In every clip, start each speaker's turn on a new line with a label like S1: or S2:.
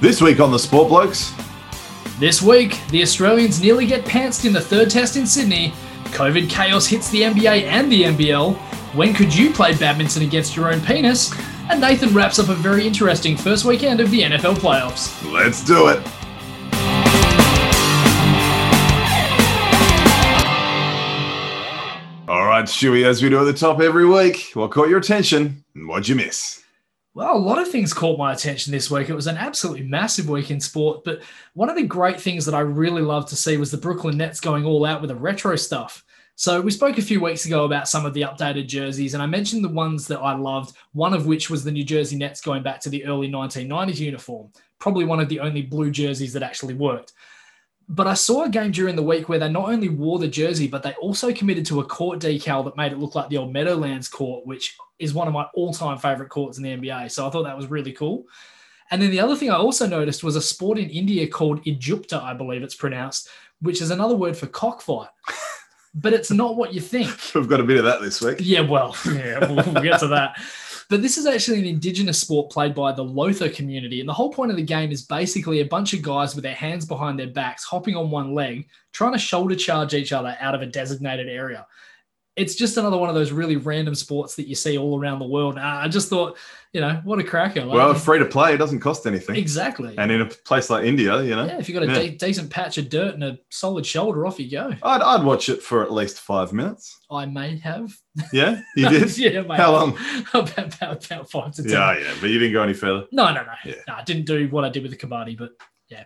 S1: This week on the Sport Blokes,
S2: This week, the Australians nearly get pantsed in the third test in Sydney. COVID chaos hits the NBA and the NBL. When could you play badminton against your own penis? And Nathan wraps up a very interesting first weekend of the NFL playoffs.
S1: let's do it. All right, Stewie, as we do at the top every week, what caught your attention and what'd you miss?
S2: Well, a lot of things caught my attention this week. It was an absolutely massive week in sport, but one of the great things that I really loved to see was the Brooklyn Nets going all out with the retro stuff. So we spoke a few weeks ago about some of the updated jerseys, and I mentioned the ones that I loved, one of which was the New Jersey Nets going back to the early 1990s uniform, probably one of the only blue jerseys that actually worked. But I saw a game during the week where they not only wore the jersey, but they also committed to a court decal that made it look like the old Meadowlands court, which is one of my all-time favorite courts in the NBA. So I thought that was really cool. And then the other thing I also noticed was a sport in India called Ijupta, I believe it's pronounced, which is another word for cockfight. but it's not what you think.
S1: We've got a bit of that this week.
S2: Yeah, well, yeah, we'll, we'll get to that. But this is actually an indigenous sport played by the Lotha community. And the whole point of the game is basically a bunch of guys with their hands behind their backs, hopping on one leg, trying to shoulder charge each other out of a designated area. It's just another one of those really random sports that you see all around the world. And I I just thought, you know, what a cracker. Like,
S1: Well, free to play, it doesn't cost anything.
S2: exactly.
S1: And in a place like India, you know,
S2: yeah, if you've got a
S1: yeah.
S2: de- decent patch of dirt and a solid shoulder, off you go.
S1: I'd, I'd watch it for at least five minutes.
S2: I may have.
S1: Yeah, you did?
S2: yeah, mate.
S1: How long?
S2: about, about, about five to ten.
S1: Yeah, yeah, but you didn't go any further.
S2: No, no, no.
S1: Yeah.
S2: No, I didn't do what I did with the Kabaddi, but yeah.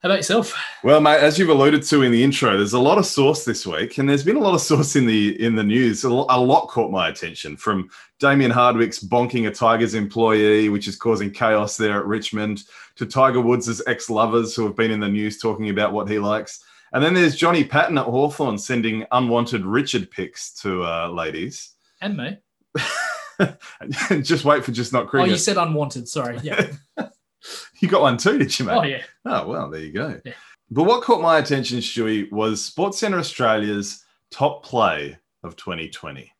S2: How about yourself?
S1: Well, mate, as you've alluded to in the intro, there's a lot of source this week, and there's been a lot of source in the in the news. A lo- a lot caught my attention from Damien Hardwick's bonking a Tigers employee, which is causing chaos there at Richmond, to Tiger Woods' ex-lovers who have been in the news talking about what he likes. And then there's Johnny Patton at Hawthorn sending unwanted Richard pics to uh, ladies.
S2: And me.
S1: just wait for just not
S2: Oh,
S1: cricket.
S2: you said unwanted. Sorry. Yeah.
S1: you got one too, did you, mate?
S2: oh, yeah.
S1: Oh, well, there you go.
S2: Yeah.
S1: But what caught my attention, Stewie, was SportsCenter Australia's top play of 2020.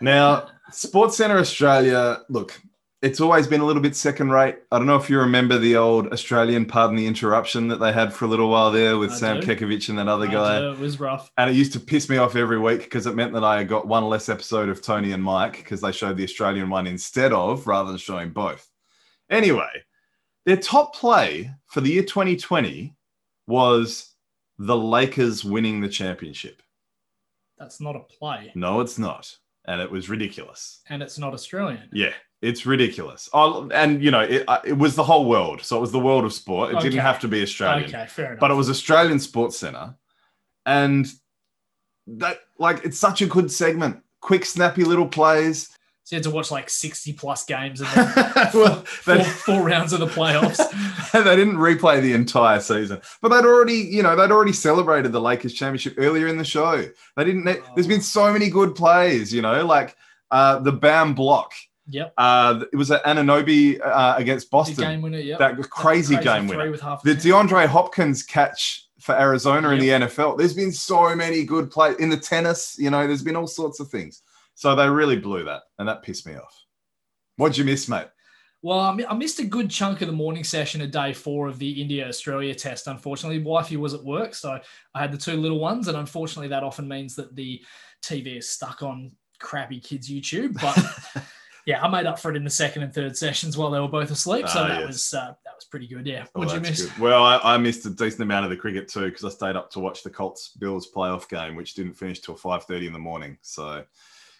S1: Now, SportsCenter Australia, look, it's always been a little bit second rate. I don't know if you remember the old Australian pardon the interruption that they had for a little while there with
S2: I
S1: Sam
S2: do.
S1: Kekovich and that other
S2: Oh,
S1: guy.
S2: dear, It was rough.
S1: And it used to piss me off every week because it meant that I got one less episode of Tony and Mike because they showed the Australian one instead of rather than showing both. Anyway, their top play for the year 2020 was the Lakers winning the championship.
S2: That's not a play.
S1: No, it's not. And it was ridiculous.
S2: And it's not Australian.
S1: Yeah, it's ridiculous. Oh, and, you know, it, I- it was the whole world. So it was the world of sport. It
S2: Okay.
S1: didn't have to be Australian
S2: Okay, fair enough.
S1: but it was Australian Sports Centre, and that like it's such a good segment. Quick, snappy little plays.
S2: so you had to watch like 60 plus games and then
S1: well,
S2: four,
S1: they,
S2: four rounds of the playoffs.
S1: they didn't replay the entire season, but they'd already, you know, they'd already celebrated the Lakers championship earlier in the show. They didn't. Need, There's been so many good plays, you know, like uh, the Bam block.
S2: Yep.
S1: Uh, it was at Ananobi uh, against
S2: The
S1: Boston.
S2: game winner. Yep.
S1: that crazy, game
S2: three
S1: winner.
S2: With half
S1: The
S2: a second.
S1: DeAndre Hopkins catch for Arizona in the NFL. There's been so many good play in the tennis. You know, there's been all sorts of things. So they really blew that, and that pissed me off. What'd you miss, mate?
S2: Well, I mi- I missed a good chunk of the morning session of day four of the India Australia test. Unfortunately, wifey was at work, so I had the two little ones, and unfortunately, that often means that the TV is stuck on crappy kids' YouTube. But yeah, I made up for it in the second and third sessions while they were both asleep, so
S1: Ah,
S2: that
S1: yes.
S2: was uh, that was pretty good. Yeah,
S1: Oh,
S2: what'd you
S1: that's
S2: miss?
S1: good. Well, I, I missed a decent amount of the cricket too because I stayed up to watch the Colts Bills playoff game, which didn't finish till five thirty in the morning. So,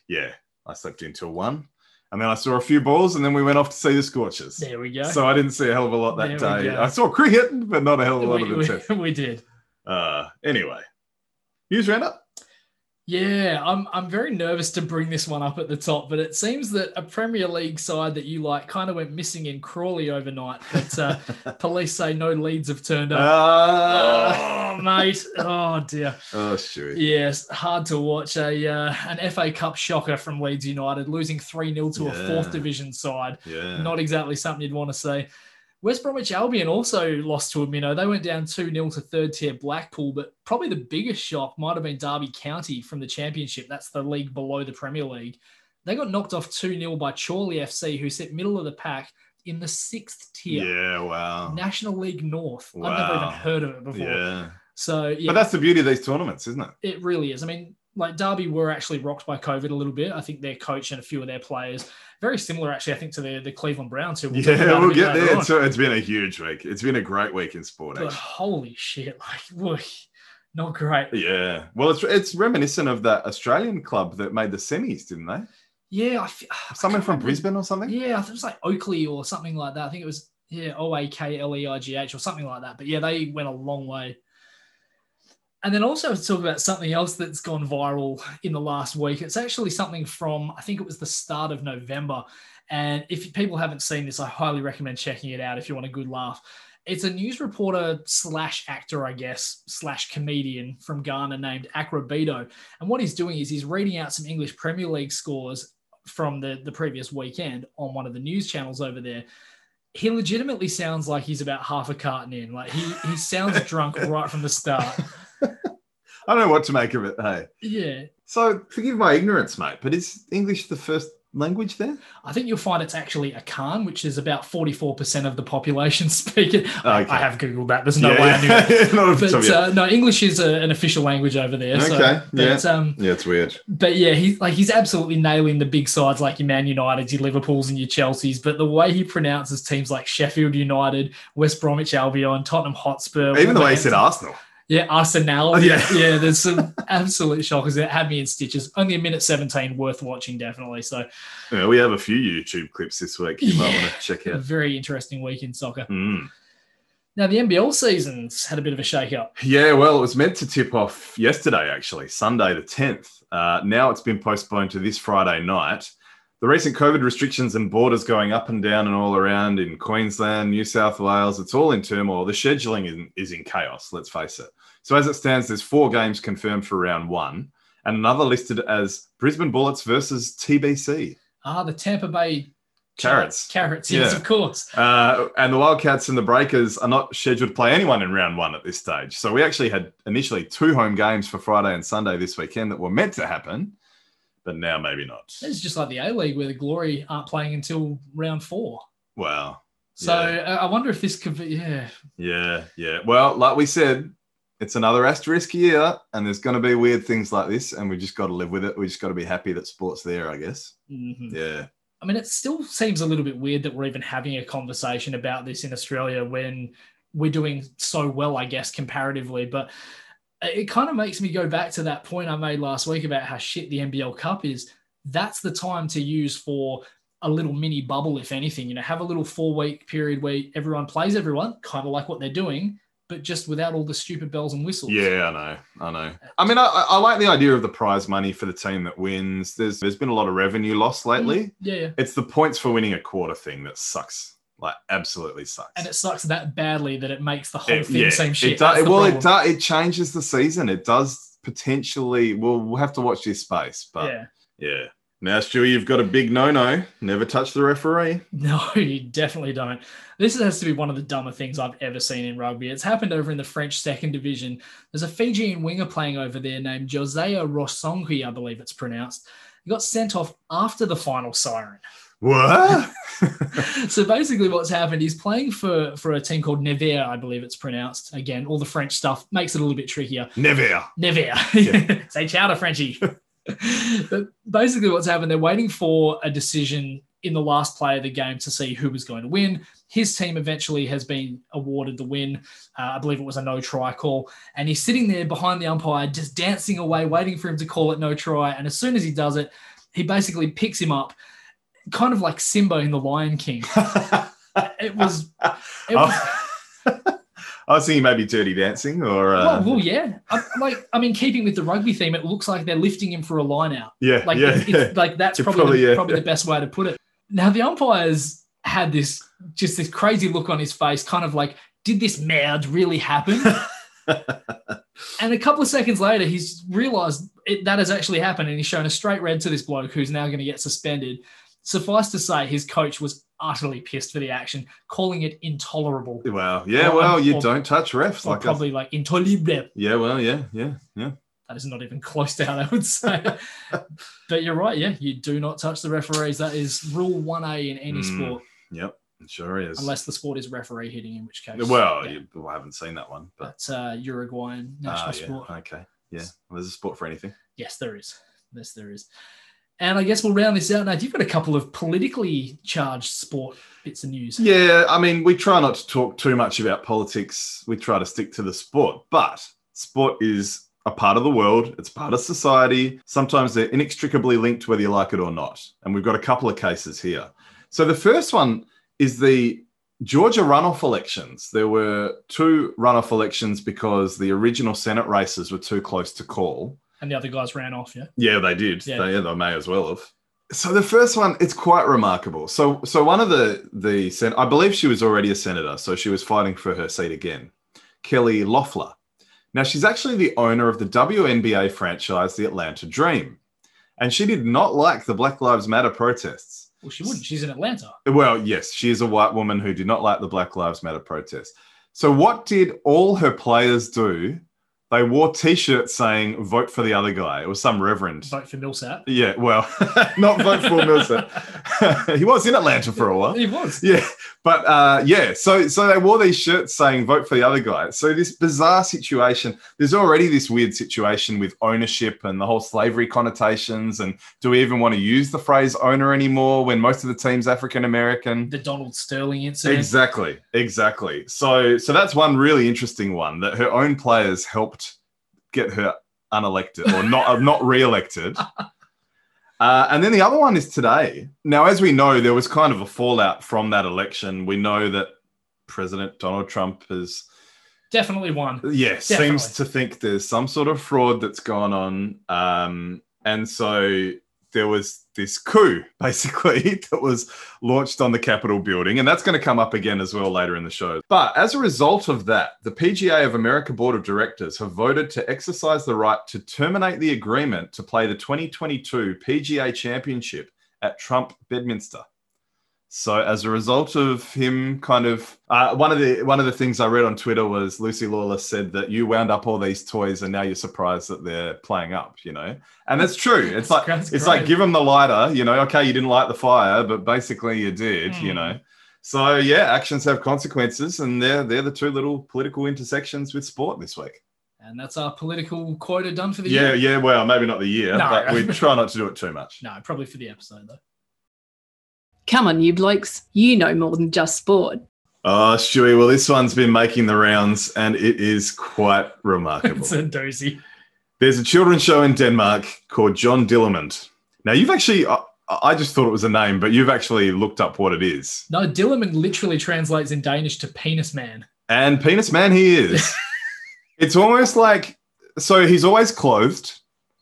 S1: yeah, I slept in till one, and then I saw a few balls, and then we went off to see the Scorchers.
S2: There we go.
S1: So I didn't see a hell of a lot that
S2: There we
S1: day.
S2: go.
S1: I saw cricket, but not a hell of a lot
S2: we,
S1: of the test.
S2: we, we did.
S1: Uh, anyway, news roundup.
S2: Yeah, I'm I'm very nervous to bring this one up at the top, but it seems that a Premier League side that you like kind of went missing in Crawley overnight. But uh, police say no leads have turned up.
S1: Ah.
S2: oh, mate. Oh, dear.
S1: oh, shoot.
S2: Yes, hard to watch. A uh, an FA Cup shocker from Leeds United, losing 3 0 to a
S1: Yeah.
S2: fourth division side.
S1: Yeah.
S2: Not exactly something you'd want to see. West Bromwich Albion also lost to a minnow. They went down 2 0 to third tier Blackpool, but probably the biggest shock might have been Derby County from the Championship. That's the league below the Premier League. They got knocked off 2 0 by Chorley FC, who sit middle of the pack in the sixth tier,
S1: Yeah, wow.
S2: National League North. I've never
S1: Wow.
S2: even heard of it before.
S1: Yeah.
S2: So yeah,
S1: But that's the beauty of these tournaments, isn't it?
S2: it really is. I mean, like Derby were actually rocked by COVID a little bit. I think their coach and a few of their players, very similar actually, I think to the, the Cleveland Browns. Who talk about
S1: Yeah,
S2: a
S1: we'll
S2: bit
S1: get
S2: later
S1: there.
S2: on.
S1: So it's been a huge week. It's been a great week in sport,
S2: But
S1: actually.
S2: holy shit, like, woof, not great.
S1: Yeah. Well, it's it's reminiscent of that Australian club that made the semis, didn't they?
S2: Yeah, I f- I
S1: Someone
S2: can't
S1: from
S2: remember-
S1: Brisbane or something?
S2: Oh, Yeah, I think it was like Oakley or something like that. I think it was yeah, O A K L E I G H or something like that. But yeah, they went a long way. And then also to talk about something else that's gone viral in the last week. It's actually something from I think it was the start of November. And if people haven't seen this, I highly recommend checking it out if you want a good laugh. It's a news reporter slash actor, I guess, slash comedian from Ghana named Akrabito. And what he's doing is he's reading out some English Premier League scores from the, the previous weekend on one of the news channels over there. He legitimately sounds like he's about half a carton in. Like he, he sounds drunk right from the start.
S1: I don't know what to make of it. Hey.
S2: Yeah.
S1: So forgive my ignorance, mate, but is English the first language there?
S2: I think you'll find it's actually a Khan, which is about 44% of the population speak it.
S1: Okay.
S2: I have Googled that. There's no
S1: Yeah,
S2: way I knew that.
S1: yeah. Not off the top of
S2: But
S1: your-
S2: uh, no, English is a, an official language over there.
S1: Okay,
S2: So, but, um,
S1: yeah, it's weird.
S2: but yeah, he's like he's absolutely nailing the big sides like your Man United, your Liverpool's, and your Chelsea's. But the way he pronounces teams like Sheffield United, West Bromwich Albion, Tottenham Hotspur,
S1: Even the way he said Arsenal.
S2: yeah, Arsenal,
S1: Oh, yeah.
S2: yeah, yeah, there's some absolute shockers that had me in stitches. Only a minute seventeen, worth watching definitely. So
S1: Yeah, we have a few YouTube clips this week you might
S2: Yeah.
S1: want to check
S2: a
S1: out.
S2: very interesting week in soccer.
S1: Mm.
S2: Now the NBL season's had a bit of a shake up.
S1: Yeah, well, it was meant to tip off yesterday, actually, Sunday the 10th. Uh, now it's been postponed to this Friday night. The recent COVID restrictions and borders going up and down and all around in Queensland, New South Wales, it's all in turmoil. The scheduling is- is in chaos, let's face it. So, as it stands, there's four games confirmed for round one and another listed as Brisbane Bullets versus TBC.
S2: Ah, the Tampa Bay
S1: Carrots.
S2: carrots, yes,
S1: Yeah.
S2: of course.
S1: Uh, and the Wildcats and the Breakers are not scheduled to play anyone in round one at this stage. So we actually had initially two home games for Friday and Sunday this weekend that were meant to happen, but now maybe not.
S2: It's just like the A League where the Glory aren't playing until round four.
S1: Wow.
S2: So uh, I wonder if this could be, yeah,
S1: Yeah. Yeah. Well, like we said, it's another asterisk year, and there's going to be weird things like this, and we just got to live with it. We just got to be happy that sports there, I guess.
S2: Mhm.
S1: Yeah.
S2: I mean, it still seems a little bit weird that we're even having a conversation about this in Australia when we're doing so well, I guess, comparatively. But it kind of makes me go back to that point I made last week about how shit the NBL Cup is. That's the time to use for a little mini bubble, if anything. You know, have a little four week period where everyone plays everyone, kind of like what they're doing, but just without all the stupid bells and whistles.
S1: Yeah, I know. I know. I mean, I, I I like the idea of the prize money for the team that wins. There's there's been a lot of revenue loss lately.
S2: Yeah. yeah.
S1: It's the points for winning a quarter thing that sucks. Like absolutely sucks.
S2: and it sucks that badly that it makes the whole
S1: It-
S2: thing
S1: yeah,
S2: seem shit.
S1: It does,
S2: That's the
S1: well, it
S2: problem.
S1: does. It changes the season. It does potentially. We'll, we'll have to watch this space. But
S2: Yeah.
S1: yeah. Now, Stu, you've got a big no-no. Never touch the referee.
S2: No, you definitely don't. This has to be one of the dumber things I've ever seen in rugby. It's happened over in the French second division. There's a Fijian winger playing over there named Josea Rosonghi, I believe it's pronounced. He got sent off after the final siren.
S1: What?
S2: so basically what's happened he's playing for for a team called Nevers, I believe it's pronounced. Again, all the French stuff makes it a little bit trickier.
S1: Never.
S2: Never.
S1: Yeah.
S2: Say chowder, Frenchie. but basically, what's happened, they're waiting for a decision in the last play of the game to see who was going to win. His team eventually has been awarded the win. Uh, I believe it was a no try call. And he's sitting there behind the umpire, just dancing away, waiting for him to call it no try. And as soon as he does it, he basically picks him up, kind of like Simba in The Lion King. It was. It
S1: Oh,
S2: was
S1: I was thinking maybe Dirty Dancing or uh,
S2: well, well, yeah. I, like, I mean, keeping with the rugby theme, it looks like they're lifting him for a line out.
S1: yeah,
S2: Like,
S1: yeah,
S2: it's, it's- like that's
S1: It
S2: probably
S1: probably,
S2: the,
S1: yeah,
S2: probably the best way to put it. Now the umpires had this just this crazy look on his face, kind of like, did this mad really happen? and a couple of seconds later, he's realised it- that has actually happened, and he's shown a straight red to this bloke who's now going to get suspended. Suffice to say, his coach was utterly pissed for the action, calling it intolerable,
S1: yeah. Well, yeah,
S2: Or-
S1: well, you
S2: or-
S1: don't touch refs.
S2: or
S1: Like, I-
S2: probably like intolerable.
S1: yeah, well, yeah, yeah, yeah.
S2: that is not even close to how they would say. it. but you're right, yeah, you do not touch the referees. That is rule one A in any
S1: Mm.
S2: sport.
S1: Yep. It sure is.
S2: unless the sport is referee hitting, in which case.
S1: well,
S2: yeah.
S1: you, well, I haven't seen that one, but
S2: but uh, Uruguayan national
S1: Ah, yeah,
S2: sport.
S1: Okay. Yeah. Well, there's a sport for anything.
S2: Yes, there is. Yes, there is. And I guess we'll round this out now. You've got a couple of politically charged sport bits of news.
S1: Yeah, I mean, we try not to talk too much about politics. We try to stick to the sport, but sport is a part of the world, it's part of society. Sometimes they're inextricably linked, whether you like it or not. And we've got a couple of cases here. So the first one is the Georgia runoff elections. There were two runoff elections because the original Senate races were too close to call.
S2: And the other guys ran off, yeah?
S1: Yeah, they did.
S2: Yeah.
S1: They, yeah, they may as well have. So the first one, it's quite remarkable. So, so one of the the sen- I believe she was already a senator, so she was fighting for her seat again. Kelly Loeffler. Now she's actually the owner of the WNBA franchise, the Atlanta Dream, and she did not like the Black Lives Matter protests.
S2: Well, she wouldn't. She's in Atlanta.
S1: Well, yes, she is a white woman who did not like the Black Lives Matter protest. So, what did all her players do? They wore t shirts saying, vote for the other guy. It was some reverend.
S2: Vote for Millsap.
S1: Yeah, well, not vote for Millsap. he was in Atlanta for a while.
S2: He was.
S1: Yeah, but uh, yeah, so so they wore these shirts saying "vote for the other guy." So this bizarre situation. There's already this weird situation with ownership and the whole slavery connotations. And do we even want to use the phrase "owner" anymore when most of the team's African American?
S2: The Donald Sterling incident.
S1: Exactly, exactly. So so that's one really interesting one that her own players helped get her unelected or not uh, not re-elected. Uh, and then the other one is today. Now, as we know, there was kind of a fallout from that election. We know that President Donald Trump is,
S2: Definitely won.
S1: yeah, seems to
S2: Definitely.
S1: think there's some sort of fraud that's gone on. Um, and so there was this coup, basically, that was launched on the Capitol building. And that's going to come up again as well later in the show. But as a result of that, the PGA of America Board of Directors have voted to exercise the right to terminate the agreement to play the 2022 PGA Championship at Trump Bedminster. So as a result of him kind of uh, one of the one of the things I read on Twitter was Lucy Lawless said that you wound up all these toys and now you're surprised that they're playing up, you know, and that's true. It's like
S2: That's
S1: it's like
S2: great.
S1: give them the lighter, you know. Okay, you didn't light the fire, but basically you did, you
S2: Hmm.
S1: know. So yeah, actions have consequences, and they're they're the two little political intersections with sport this week.
S2: And that's our political quota done for the
S1: Yeah,
S2: year.
S1: yeah. Well, maybe not the year,
S2: No.
S1: but we try not to do it too much.
S2: No, probably for the episode, though.
S3: Come on, you blokes, you know more than just sport.
S1: Oh, Stewie. Well, this one's been making the rounds, and it is quite remarkable.
S2: It's a doozy.
S1: There's a children's show in Denmark called John Dillamond. Now, you've actually. I I just thought it was a name, but you've actually looked up what it is.
S2: No, Dillerman literally translates in Danish to penis man.
S1: And penis man he is. it's almost like so he's always clothed.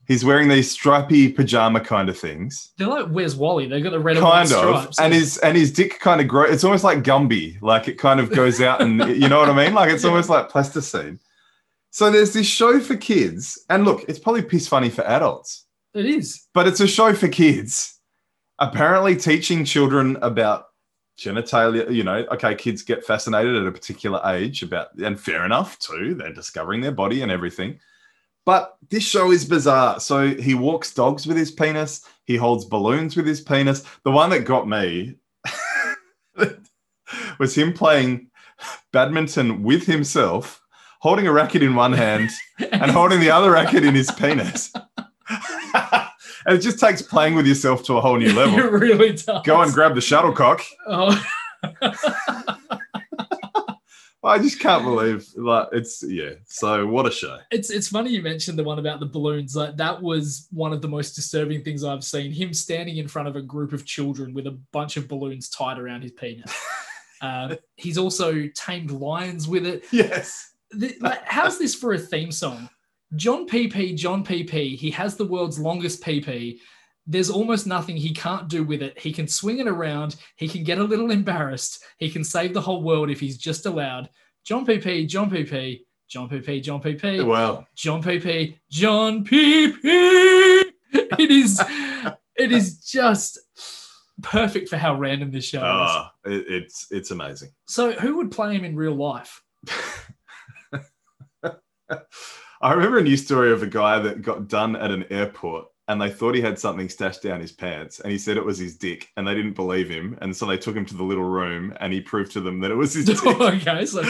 S1: He's wearing these stripy pajama kind of things.
S2: They're like, where's Wally? They've got the red and white
S1: kind of.
S2: stripes.
S1: And his and his dick kind of grows. It's almost like Gumby. Like it kind of goes out and you know what I mean? Like it's
S2: Yeah.
S1: almost like plasticine. So there's this show for kids. And look, it's probably piss funny for adults,
S2: it is.
S1: but it's a show for kids. Apparently teaching children about genitalia you know okay kids get fascinated at a particular age about and fair enough too they're discovering their body and everything but this show is bizarre so he walks dogs with his penis he holds balloons with his penis the one that got me was him playing badminton with himself holding a racket in one hand and holding the other racket in his penis and it just takes playing with yourself to a whole new level
S2: it really does.
S1: go and grab the shuttlecock
S2: Oh,
S1: I just can't believe like it's yeah. So what a show.
S2: it's it's funny you mentioned the one about the balloons. Like that was one of the most disturbing things I've seen. Him standing in front of a group of children with a bunch of balloons tied around his penis. Um, he's also tamed lions with it.
S1: Yes.
S2: The- like, how's this for a theme song? John PP, John PP. He has the world's longest PP. There's almost nothing he can't do with it. He can swing it around. He can get a little embarrassed. He can save the whole world if he's just allowed. John PP, John PP, John PP, John PP.
S1: Well,
S2: John PP, John PP. It is, it is just perfect for how random this show is.
S1: uh, it, it's it's amazing.
S2: So, who would play him in real life?
S1: I remember a news story of a guy that got done at an airport and they thought he had something stashed down his pants and he said it was his dick and they didn't believe him and so they took him to the little room and he proved to them that it was his dick
S2: okay, so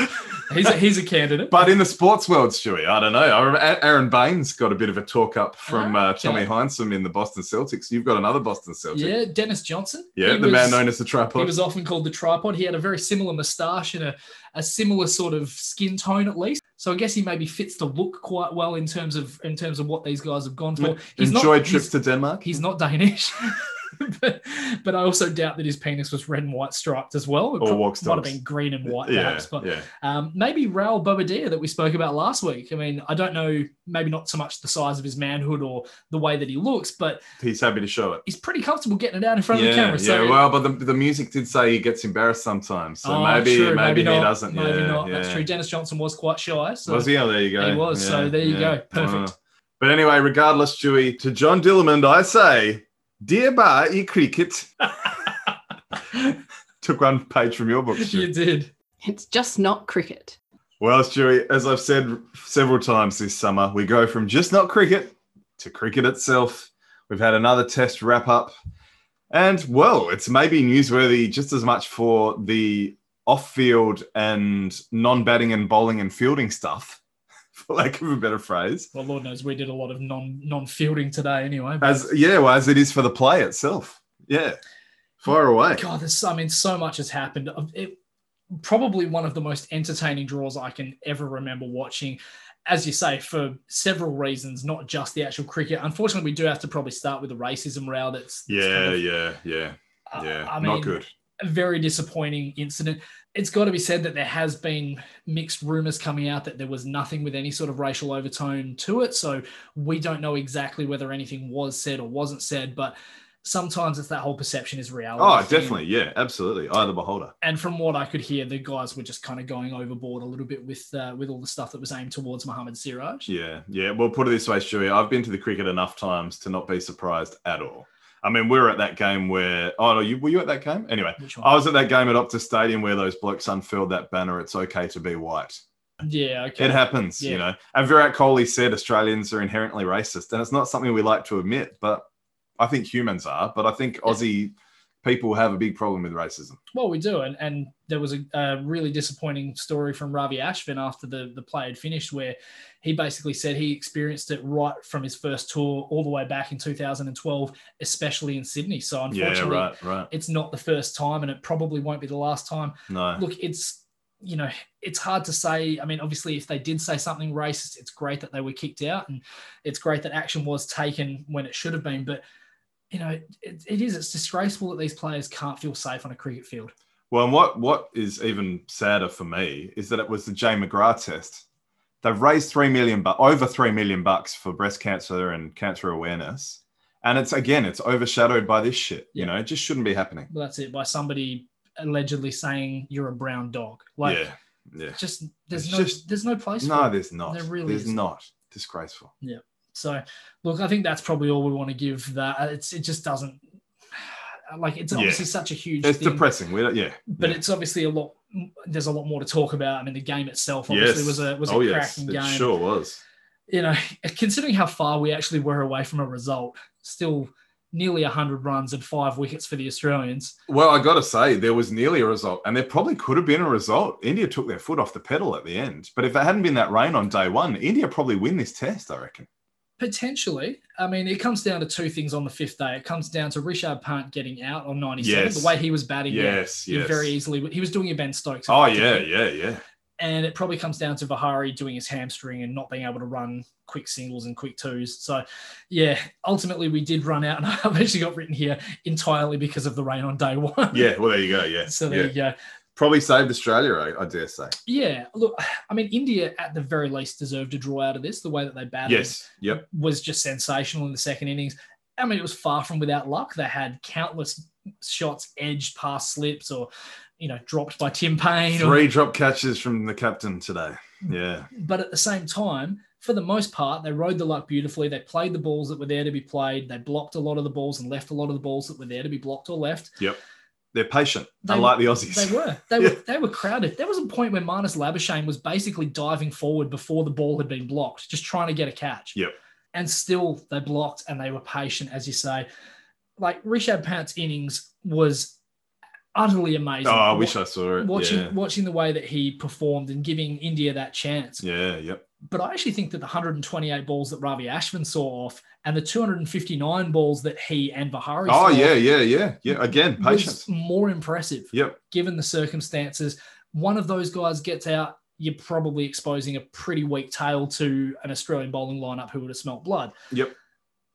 S2: he's a, he's a candidate.
S1: but in the sports world Stewie I don't know I remember A- Aaron Baines got a bit of a talk up from uh,
S2: Ah, Okay.
S1: Tommy Heinsohn in the Boston Celtics you've got another Boston Celtic yeah,
S2: yeah, Dennis Johnson. He
S1: the man known as the tripod
S2: He was often called the tripod. He had a very similar moustache and a, a similar sort of skin tone, at least. So I guess he maybe fits the look quite well in terms of in terms of what these guys have gone for. He's not-
S1: enjoyed
S2: he's-
S1: trips to Denmark
S2: He's not Danish. but, but I also doubt that his penis was red and white striped as well. It
S1: Or
S2: prob-
S1: Walks
S2: might have
S1: Dogs.
S2: been green and white,
S1: yeah
S2: perhaps. But
S1: yeah
S2: um, maybe Raul Bobadilla that we spoke about last week. I mean, I don't know, maybe not so much the size of his manhood or the way that he looks, but
S1: he's happy to show it
S2: he's pretty comfortable getting it out in front
S1: yeah,
S2: of the camera. So
S1: yeah. Well, but the, the music did say he gets embarrassed sometimes, so
S2: Oh,
S1: maybe,
S2: true,
S1: maybe he
S2: not,
S1: doesn't.
S2: Maybe
S1: yeah,
S2: not. That's
S1: yeah.
S2: true. Dennis Johnson was quite shy. So
S1: was he? Oh, there you go.
S2: he was, so there you go. Perfect.
S1: uh, But anyway, regardless, Chewy, to John Dillamond, I say, dear bar e cricket. Took one page from your book. Stewie.
S2: you did.
S3: It's just not cricket.
S1: Well, Stewie, as I've said several times this summer, we go from just not cricket to cricket itself. We've had another test wrap up. And, well, it's maybe newsworthy just as much for the off field and non batting and bowling and fielding stuff, for lack of a better phrase,
S2: Well, Lord knows we did a lot of non non fielding today anyway. but-
S1: as, yeah, well, as it is for the play itself. Yeah. Far away.
S2: God, there's I mean, so much has happened. Um, It, probably one of the most entertaining draws I can ever remember watching. As you say, for several reasons, not just the actual cricket. Unfortunately, we do have to probably start with the racism row. That's that's
S1: Yeah,
S2: kind of-
S1: yeah, yeah,
S2: uh,
S1: yeah.
S2: I mean,
S1: Not good.
S2: a very disappointing incident. It's got to be said that there has been mixed rumors coming out that there was nothing with any sort of racial overtone to it. So we don't know exactly whether anything was said or wasn't said, but sometimes it's that whole perception is reality.
S1: Oh,
S2: thing.
S1: definitely. Yeah, absolutely. Eye of the beholder.
S2: And from what I could hear, the guys were just kind of going overboard a little bit with uh, with all the stuff that was aimed towards Mohammed Siraj.
S1: Yeah, yeah. Well, put it this way, Stewie, I've been to the cricket enough times to not be surprised at all. I mean, we were at that game where. Oh no, you were you at that game? Anyway,
S2: Which one?
S1: I was at that game at Optus Stadium where those blokes unfurled that banner. It's okay to be white.
S2: yeah, okay.
S1: It happens, you
S2: Yeah.
S1: know. And Virat Kohli said Australians are inherently racist, and it's not something we like to admit, but I think humans are. But I think Aussie people have a big problem with racism.
S2: Well, we do, and and there was a, a really disappointing story from Ravi Ashvin after the the play had finished, where he basically said he experienced it right from his first tour all the way back in 2012, especially in Sydney. So
S1: Yeah,
S2: unfortunately,
S1: right, right.
S2: it's not the first time, and it probably won't be the last time.
S1: No.
S2: Look, it's you know it's hard to say. I mean, obviously, if they did say something racist, it's great that they were kicked out, and it's great that action was taken when it should have been, but. You know, it, it is. It's disgraceful that these players can't feel safe on a cricket field.
S1: Well, and what what is even sadder for me is that it was the Jay McGrath test. They've raised three million, but over three million bucks for breast cancer and cancer awareness, and it's again, it's overshadowed by this shit. You
S2: Yeah.
S1: know, it just shouldn't be happening.
S2: well, that's it by somebody allegedly saying you're a brown dog like
S1: yeah, yeah.
S2: just there's
S1: It's
S2: no
S1: just-
S2: there's no place for
S1: No,
S2: it.
S1: there's not.
S2: There really
S1: there's
S2: isn't.
S1: not. Disgraceful.
S2: so look i think that's probably all we want to give that Uh, it's it just doesn't like it's
S1: Yeah.
S2: obviously such a huge
S1: It's
S2: thing,
S1: depressing. We don't, yeah,
S2: but
S1: yeah.
S2: it's obviously a lot there's a lot more to talk about i mean the game itself obviously was a was a
S1: oh yes,
S2: cracking
S1: it
S2: game
S1: sure was.
S2: you know considering how far we actually were away from a result still nearly 100 runs and five wickets for the australians
S1: Well, I got to say, there was nearly a result, and there probably could have been a result. India took their foot off the pedal at the end, but if there hadn't been that rain on day one, India probably win this test. I reckon.
S2: Potentially. I mean, it comes down to two things on the fifth day. It comes down to Richard Pant getting out on 97,
S1: Yes.
S2: the way he was batting. yeah,
S1: Yes,
S2: he
S1: yes.
S2: Very easily. He was doing a Ben Stokes.
S1: Oh yeah,
S2: effectively.
S1: yeah, yeah.
S2: And it probably comes down to Vihari doing his hamstring and not being able to run quick singles and quick twos. So, yeah, ultimately we did run out. And I've actually got written here entirely because of the rain on day one.
S1: Yeah, well there you go. Yeah.
S2: So
S1: yeah.
S2: there you go.
S1: Probably saved Australia, I, I dare say.
S2: Yeah. Look, I mean, India at the very least deserved a draw out of this, the way that they battled.
S1: Yes. Yep.
S2: was just sensational in the second innings. I mean, it was far from without luck. They had countless shots edged past slips or, you know, dropped by Tim Payne. or-
S1: Three drop catches from the captain today. Yeah.
S2: but at the same time, for the most part, they rode the luck beautifully. They played the balls that were there to be played. They blocked a lot of the balls and left a lot of the balls that were there to be blocked or left.
S1: They're patient,
S2: They-
S1: unlike the
S2: They
S1: Aussies.
S2: were. They
S1: Yeah.
S2: were they were crowded. There was a point when Marnus Labuschagne was basically diving forward before the ball had been blocked, just trying to get a catch.
S1: Yep.
S2: and still they blocked and they were patient, as you say. Like Rishad Pant's innings was utterly amazing.
S1: Oh, I wish I saw it.
S2: watching
S1: yeah.
S2: watching the way that he performed and giving India that chance.
S1: yeah, yep.
S2: But I actually think that the 128 balls that Ravi Ashwin saw off and the 259 balls that he and Vihari saw
S1: Oh, yeah,
S2: off
S1: yeah, yeah, yeah. Again,
S2: was
S1: patience.
S2: more impressive
S1: Yep.
S2: given the circumstances. One of those guys gets out, you're probably exposing a pretty weak tail to an Australian bowling lineup who would have smelt blood.
S1: Yep.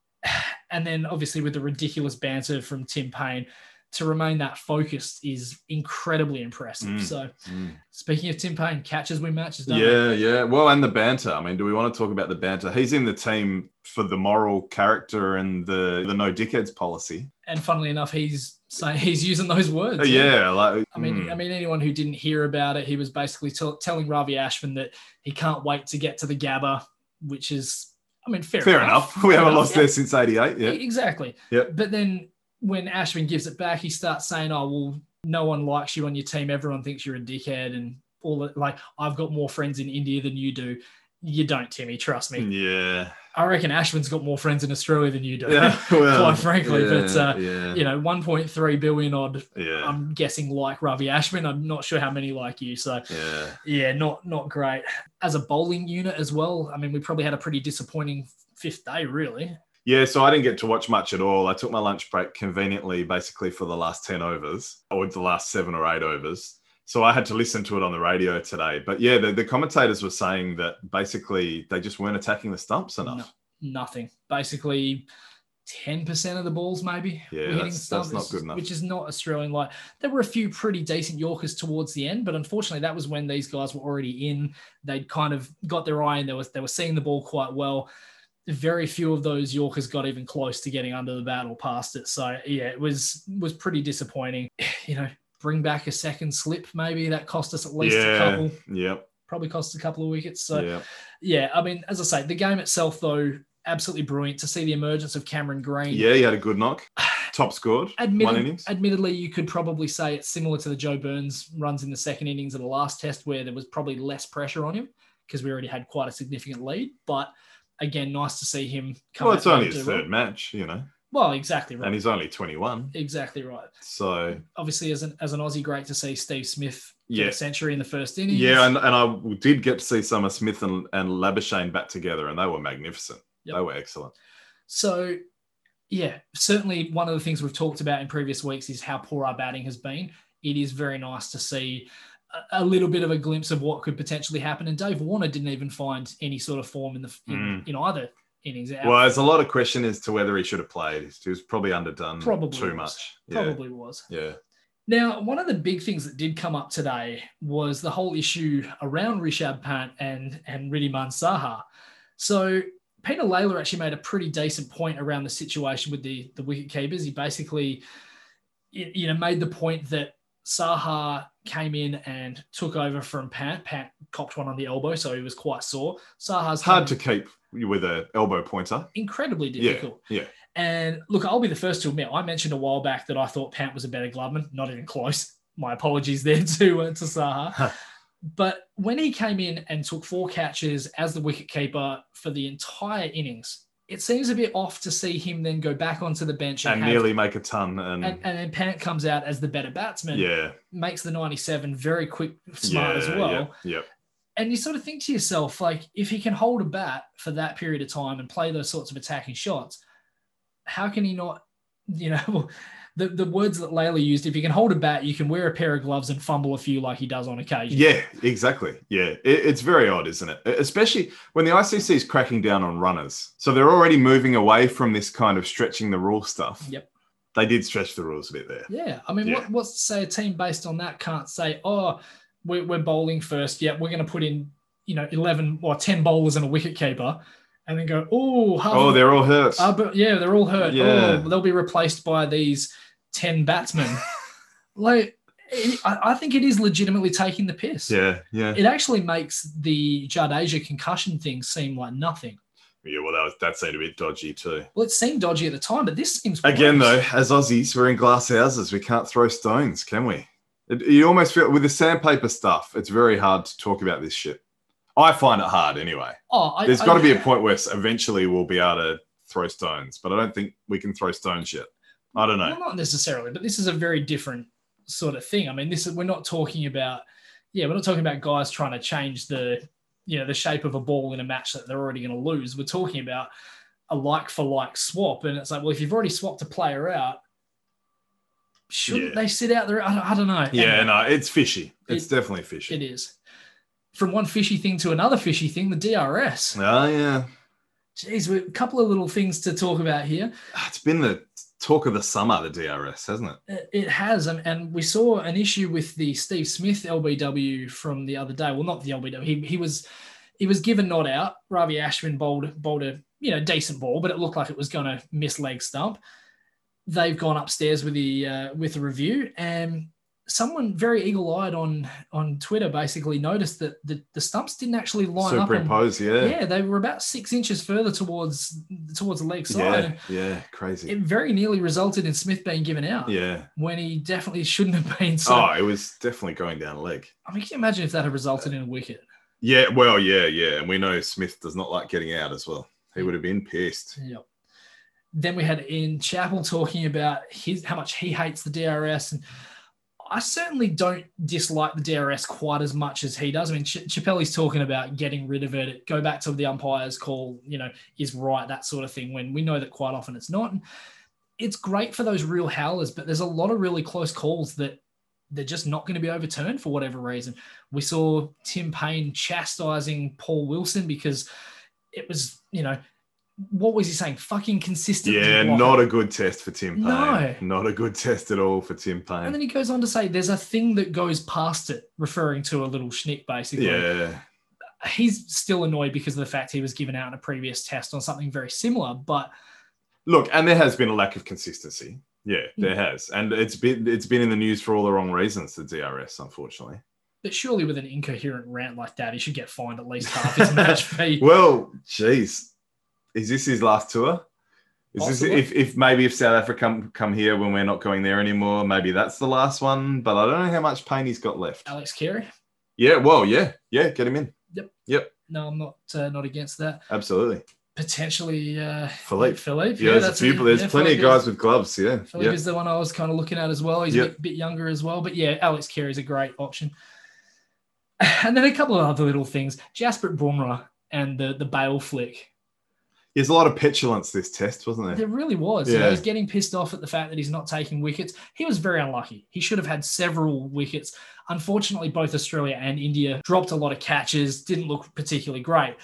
S2: And then obviously with the ridiculous banter from Tim Payne, to remain that focused is incredibly impressive.
S1: Mm.
S2: So
S1: Mm.
S2: Speaking of Tim Payne, catches win matches, don't they?
S1: Yeah, yeah. Well, and the banter. I mean, do we want to talk about the banter? He's in the team for the moral character and the the no dickheads policy. Oh,
S2: And funnily enough, he's saying he's using those words.
S1: Uh, yeah, like
S2: I mean,
S1: mm.
S2: I mean, anyone who didn't hear about it, he was basically tell telling Ravi Ashwin that he can't wait to get to the Gabba, which is, I mean, fair,
S1: fair, enough. We haven't lost
S2: Yeah.
S1: there since '88. Yeah.
S2: Exactly.
S1: Yep.
S2: But then when Ashwin gives it back, he starts saying, "Oh well, no one likes you on your team. Everyone thinks you're a dickhead, and all that. Like, I've got more friends in India than you do. You don't, Timmy. Trust
S1: Hmm.
S2: me.
S1: Yeah.
S2: I reckon Ashwin's got more friends in Australia than you do.
S1: yeah. Well,
S2: Quite frankly, but, uh, Um,
S1: yeah,
S2: you know, 1.3 billion odd.
S1: yeah,
S2: I'm guessing like Ravi Ashwin. I'm not sure how many like you. So
S1: yeah.
S2: yeah, not not great as a bowling unit as well. I mean, we probably had a pretty disappointing fifth day, really.
S1: Yeah, so I didn't get to watch much at all. I took my lunch break conveniently, basically for the last 10 overs or the last seven or eight overs. So I had to listen to it on the radio today. But yeah, the, the commentators were saying that basically they just weren't attacking the stumps enough.
S2: Nothing. Basically, ten percent of the balls maybe.
S1: Yeah,
S2: hitting
S1: that's- that's
S2: stumps,
S1: not good enough.
S2: Which is not Australian like. There were a few pretty decent Yorkers towards the end, but unfortunately, that was when these guys were already in. They'd kind of got their eye, and they was they were seeing the ball quite well. Very few of those Yorkers got even close to getting under the bat or past it. So yeah, it was was pretty disappointing. You know, bring back a second slip maybe that cost us at least a
S1: Yeah.
S2: couple.
S1: Yep.
S2: Probably cost a couple of wickets. So
S1: yep.
S2: yeah, I mean, as I say, the game itself, though, absolutely brilliant to see the emergence of Cameron Green.
S1: Yeah, he had a good knock. Top scored. one
S2: Admitted,
S1: innings.
S2: admittedly, you could probably say it's similar to the Joe Burns runs in the second innings of the last test, where there was probably less pressure on him because we already had quite a significant lead. But again, nice to see him come.
S1: Well,
S2: out
S1: it's
S2: and
S1: only
S2: do
S1: his
S2: well.
S1: third match, you know,
S2: Well, exactly right.
S1: and he's only 21.
S2: exactly right.
S1: So
S2: Obviously, as an as an Aussie, great to see Steve Smith get
S1: Yeah.
S2: a century in the first innings.
S1: yeah, and, and I did get to see Summer Smith and, and Labuschagne back together, and they were magnificent.
S2: Yep.
S1: They were excellent.
S2: So, yeah, certainly one of the things we've talked about in previous weeks is how poor our batting has been. It is very nice to see a- a little bit of a glimpse of what could potentially happen. And Dave Warner didn't even find any sort of form in the in,
S1: Mm.
S2: in either innings. Out-
S1: Well, there's a lot of question as to whether he should have played. He was probably underdone
S2: Probably
S1: too
S2: was.
S1: much.
S2: probably was.
S1: Yeah. yeah.
S2: Now, one of the big things that did come up today was the whole issue around Rishabh Pant and and Riddhiman Saha. So Peter Layla actually made a pretty decent point around the situation with the the wicket keepers. He basically, y- you know, made the point that Saha came in and took over from Pant. Pant copped one on the elbow, so he was quite sore. Saha's
S1: It's hard to
S2: come-
S1: keep with a elbow pointer.
S2: incredibly
S1: Yeah,
S2: difficult.
S1: yeah.
S2: And look, I'll be the first to admit, I mentioned a while back that I thought Pant was a better gloveman. Not even close. My apologies there to, uh, to Saha. but when he came in and took four catches as the wicketkeeper for the entire innings, it seems a bit off to see him then go back onto the bench and,
S1: and
S2: have-
S1: nearly make a ton. And,
S2: and, and then Pant comes out as the better batsman,
S1: yeah,
S2: makes the 97 very quick, smart
S1: yeah,
S2: as well
S1: Yep, yep.
S2: and you sort of think to yourself, like, if he can hold a bat for that period of time and play those sorts of attacking shots, how can he not, you know, the, the words that Layla used, if you can hold a bat, you can wear a pair of gloves and fumble a few like he does on occasion.
S1: Yeah, exactly. Yeah, it, it's very odd, isn't it? E, Especially when the ICC is cracking down on runners. So they're already moving away from this kind of stretching the rule stuff.
S2: Yep.
S1: They did stretch the rules a bit there.
S2: Yeah. I mean, What, what's to say a team based on that can't say, oh, we're, we're bowling first. Yeah. We're going to put in, you know, 11 or 10 bowlers and a wicket keeper and then go, oh, half
S1: Oh,
S2: of-
S1: they're all hurt.
S2: Uh, but yeah, they're all hurt.
S1: Yeah.
S2: Oh, they'll be replaced by these 10 batsmen. like, it, I, I think it is legitimately taking the piss.
S1: yeah, yeah.
S2: It actually makes the Jardasia concussion thing seem like nothing.
S1: Yeah, well, that, was, that seemed a bit dodgy too.
S2: Well, it seemed dodgy at the time, but this seems
S1: Again,
S2: worse.
S1: though, as Aussies, we're in glass houses. We can't throw stones, can we? It, you almost feel with the sandpaper stuff. It's very hard to talk about this shit. I find it hard anyway.
S2: Oh, I,
S1: There's
S2: I-
S1: got to be a point where s- eventually we'll be able to throw stones, but I don't think we can throw stones yet. I don't know.
S2: Well, not necessarily, but this is a very different sort of thing. I mean, this is we're not talking about yeah, we're not talking about guys trying to change the you know the shape of a ball in a match that they're already going to lose. We're talking about a like for like swap, and it's like, well, if you've already swapped a player out, shouldn't
S1: Yeah.
S2: they sit out there? I don't, I don't know.
S1: Yeah,
S2: Anyway,
S1: no, it's fishy. It's
S2: It-
S1: definitely fishy.
S2: it is. From one fishy thing to another fishy thing, the DRS.
S1: Oh yeah,
S2: Jeez, we- a couple of little things to talk about here.
S1: it's been the talk of the summer, the DRS, hasn't it?
S2: It has, and, and we saw an issue with the Steve Smith LBW from the other day. Well, not the LBW. He, he was he was given not out. Ravi Ashwin bowled bowled a you know decent ball, but it looked like it was going to miss leg stump. They've gone upstairs with the uh, with the review, and someone very eagle eyed on on Twitter basically noticed that the, the stumps didn't actually line up. on-
S1: Superimpose, yeah.
S2: yeah, they were about six inches further towards towards the leg side.
S1: Yeah, yeah, crazy.
S2: It very nearly resulted in Smith being given out
S1: yeah.
S2: when he definitely shouldn't have been. So,
S1: oh, it was definitely going down a leg.
S2: I mean, can you imagine if that had resulted in a wicket?
S1: Yeah, well, yeah, yeah. And we know Smith does not like getting out as well. He would have been pissed.
S2: Yep. Then we had in Chapel talking about his how much he hates the DRS, and I certainly don't dislike the DRS quite as much as he does. I mean, Ch- Chappelle's talking about getting rid of it, go back to the umpire's call, you know, is right, that sort of thing. When we know that quite often it's not. And it's great for those real howlers, but there's a lot of really close calls that they're just not going to be overturned for whatever reason. We saw Tim Payne chastising Paul Wilson because it was, you know, what was he saying? Fucking consistent.
S1: Yeah,
S2: blocker.
S1: not a good test for Tim Payne.
S2: No.
S1: Not a good test at all for Tim Payne.
S2: And then he goes on to say, "There's a thing that goes past it," referring to a little schnick, basically.
S1: yeah.
S2: He's still annoyed because of the fact he was given out in a previous test on something very similar, but
S1: Look, and there has been a lack of consistency. Yeah, there has. And it's been it's been in the news for all the wrong reasons, the DRS, unfortunately.
S2: but surely with an incoherent rant like that, he should get fined at least half his match fee.
S1: Well, geez, is this his last tour? Is this
S2: Possibly.
S1: if, if maybe if South Africa come, come here when we're not going there anymore, maybe that's the last one. But I don't know how much pain he's got left.
S2: Alex Carey?
S1: Yeah, well, yeah, yeah, get him in.
S2: No, I'm not uh, not against that.
S1: Absolutely.
S2: Potentially uh,
S1: Philippe.
S2: Philippe.
S1: Yeah, there's, a few, there's
S2: yeah,
S1: plenty of
S2: Philippe is-
S1: guys with gloves. Yeah.
S2: Philippe
S1: yeah.
S2: is the one I was kind of looking at as well. He's
S1: Yep.
S2: a bit, bit younger as well. But yeah, Alex Carey's a great option. And then a couple of other little things. Jasper Bumrah and the the bail flick.
S1: There's a lot of petulance this test, wasn't there?
S2: There really was. You know,
S1: Yeah.
S2: he's getting pissed off at the fact that he's not taking wickets. He was very unlucky. He should have had several wickets. Unfortunately, both Australia and India dropped a lot of catches, didn't look particularly great.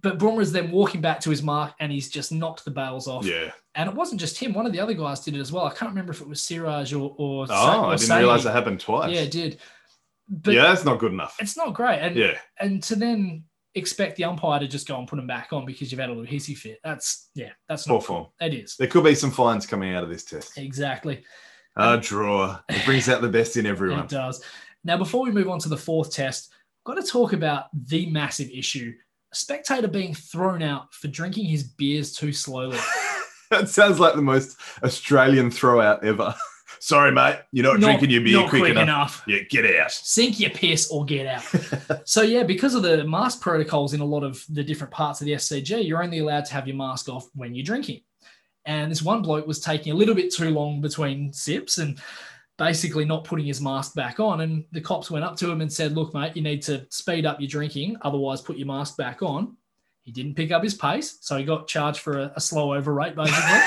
S2: But Bumrah's then walking back to his mark and he's just knocked the bails off.
S1: Yeah.
S2: And it wasn't just him, one of the other guys did it as well. I can't remember if it was Siraj or, or Sa-
S1: Oh,
S2: or
S1: I didn't
S2: Saini.
S1: realize that happened twice.
S2: Yeah, it did. But
S1: yeah, that's not good enough.
S2: it's not great. And
S1: Yeah.
S2: and to then expect the umpire to just go and put him back on because you've had a little hissy fit. That's yeah, that's
S1: Poor
S2: not
S1: form.
S2: it is.
S1: There could be some fines coming out of this test.
S2: Exactly.
S1: A draw. It brings out the best in everyone.
S2: It does. Now, before we move on to the fourth test, I've got to talk about the massive issue a spectator being thrown out for drinking his beers too slowly.
S1: that sounds like the most Australian throwout ever. Sorry, mate, you're not, drinking your beer
S2: not
S1: quick, enough.
S2: enough.
S1: Yeah, get out.
S2: Sink your piss or get out. so, yeah, because of the mask protocols in a lot of the different parts of the SCG, you're only allowed to have your mask off when you're drinking. And this one bloke was taking a little bit too long between sips and basically not putting his mask back on. And the cops went up to him and said, Look, mate, you need to speed up your drinking, otherwise, put your mask back on. He didn't pick up his pace, so he got charged for a, a slow over rate, basically.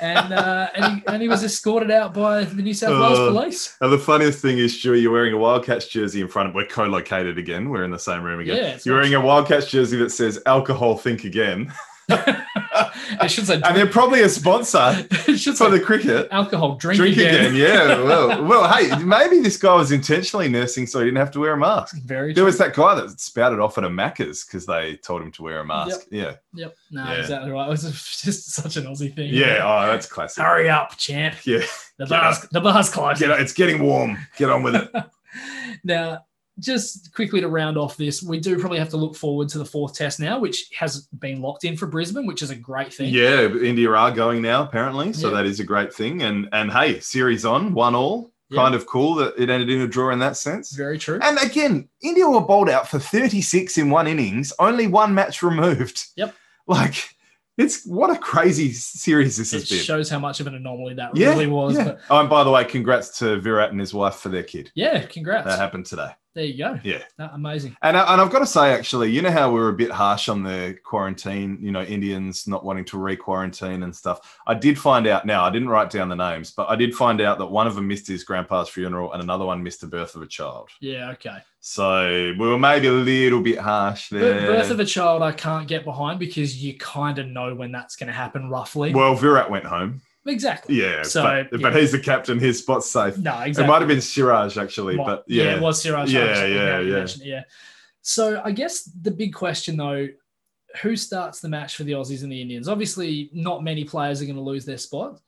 S2: and, uh, and, he, and he was escorted out by the New South Wales
S1: Uh,
S2: police.
S1: And the funniest thing is, Stewie, you're wearing a Wildcats jersey in front of. We're co-located again. We're in the same room again.
S2: Yeah, it's
S1: you're
S2: nice.
S1: wearing a Wildcats jersey that says "Alcohol Think Again,"
S2: I should say,
S1: and they're probably a sponsor
S2: it should
S1: for
S2: say
S1: the cricket.
S2: alcohol, drink,
S1: Drink again.
S2: again.
S1: yeah. Well, well, hey, maybe this guy was intentionally nursing so he didn't have to wear a mask.
S2: Very
S1: There
S2: true.
S1: was that guy that spouted off at a Macca's because they told him to wear a mask. Yeah.
S2: Yep. No,
S1: Yeah.
S2: exactly right. It was just such an Aussie thing.
S1: Yeah. Oh, that's classic.
S2: Hurry up, champ.
S1: Yeah.
S2: The
S1: Get
S2: bar's, the bar's closed.
S1: Get, it's getting warm. Get on with it.
S2: now, just quickly to round off this, we do probably have to look forward to the fourth test now, which has been locked in for Brisbane, which is a great thing.
S1: yeah, but India are going now apparently, so
S2: Yeah.
S1: that is a great thing. And and hey, series on, one all.
S2: Yeah.
S1: Kind of cool that it ended in a draw in that sense.
S2: Very true.
S1: And again, India were bowled out for 36 in one innings, only one match removed.
S2: Yep.
S1: Like, it's what a crazy series this
S2: It
S1: has been.
S2: shows how much of an anomaly that
S1: Yeah,
S2: really was.
S1: yeah.
S2: But
S1: Oh, and by the way, congrats to Virat and his wife for their kid.
S2: yeah, congrats.
S1: That happened today.
S2: there you go.
S1: Uh, Yeah.
S2: That, amazing.
S1: And, I, and I've got to say, actually, you know how we were a bit harsh on the quarantine, you know, Indians not wanting to re quarantine and stuff. I did find out now, I didn't write down the names, but I did find out that one of them missed his grandpa's funeral and another one missed the birth of a child.
S2: Yeah, okay.
S1: So we were maybe a little bit harsh
S2: But
S1: there.
S2: Birth of a Child, I can't get behind because you kind of know when that's going to happen roughly.
S1: well, Virat went home.
S2: exactly.
S1: Yeah.
S2: So,
S1: but,
S2: yeah.
S1: but he's the captain. His spot's safe.
S2: No,
S1: It
S2: exactly.
S1: might have been Siraj, actually.
S2: Might-
S1: But
S2: it was Siraj.
S1: Yeah,
S2: Harris,
S1: yeah,
S2: now you
S1: yeah.
S2: mention it, yeah. So I guess the big question though, who starts the match for the Aussies and the Indians? Obviously, not many players are going to lose their spot.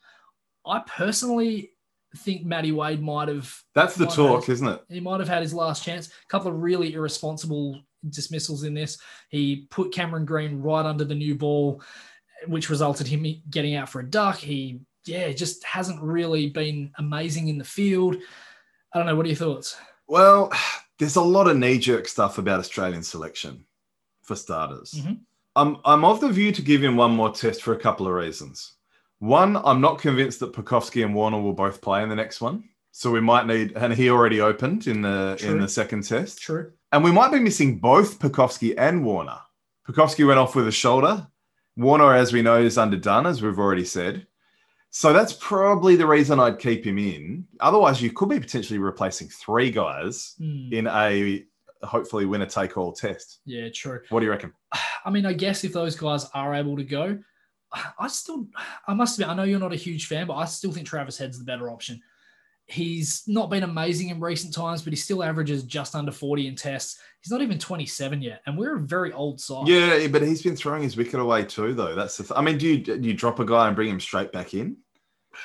S2: I personally think Matty Wade might have
S1: That's the
S2: Might have.
S1: talk, isn't it?
S2: he might have had his last chance. A couple of really irresponsible dismissals in this. He put Cameron Green right under the new ball, which resulted him getting out for a duck. He yeah, just hasn't really been amazing in the field. I don't know. What are your thoughts?
S1: Well, there's a lot of knee jerk stuff about Australian selection, for starters.
S2: Mhm.
S1: I'm, I'm of the view to give him one more test for a couple of reasons. One, I'm not convinced that Pekowski and Warner will both play in the next one. So we might need, and he already opened in the in
S2: True.
S1: the second test.
S2: True.
S1: And we might be missing both Pekowski and Warner. Pekowski went off with a shoulder. Warner, as we know, is underdone, as we've already said. So that's probably the reason I'd keep him in. Otherwise, you could be potentially replacing three guys
S2: Hmm.
S1: in a hopefully winner take all test.
S2: Yeah, true.
S1: What do you reckon?
S2: I mean, I guess if those guys are able to go, I still, I must admit, I know you're not a huge fan, but I still think Travis Head's the better option. He's not been amazing in recent times, but he still averages just under 40 in tests. He's not even 27 yet, and we're a very old side.
S1: Yeah, but he's been throwing his wicket away too, though. That's the. Th- I mean, do you do you drop a guy and bring him straight back in?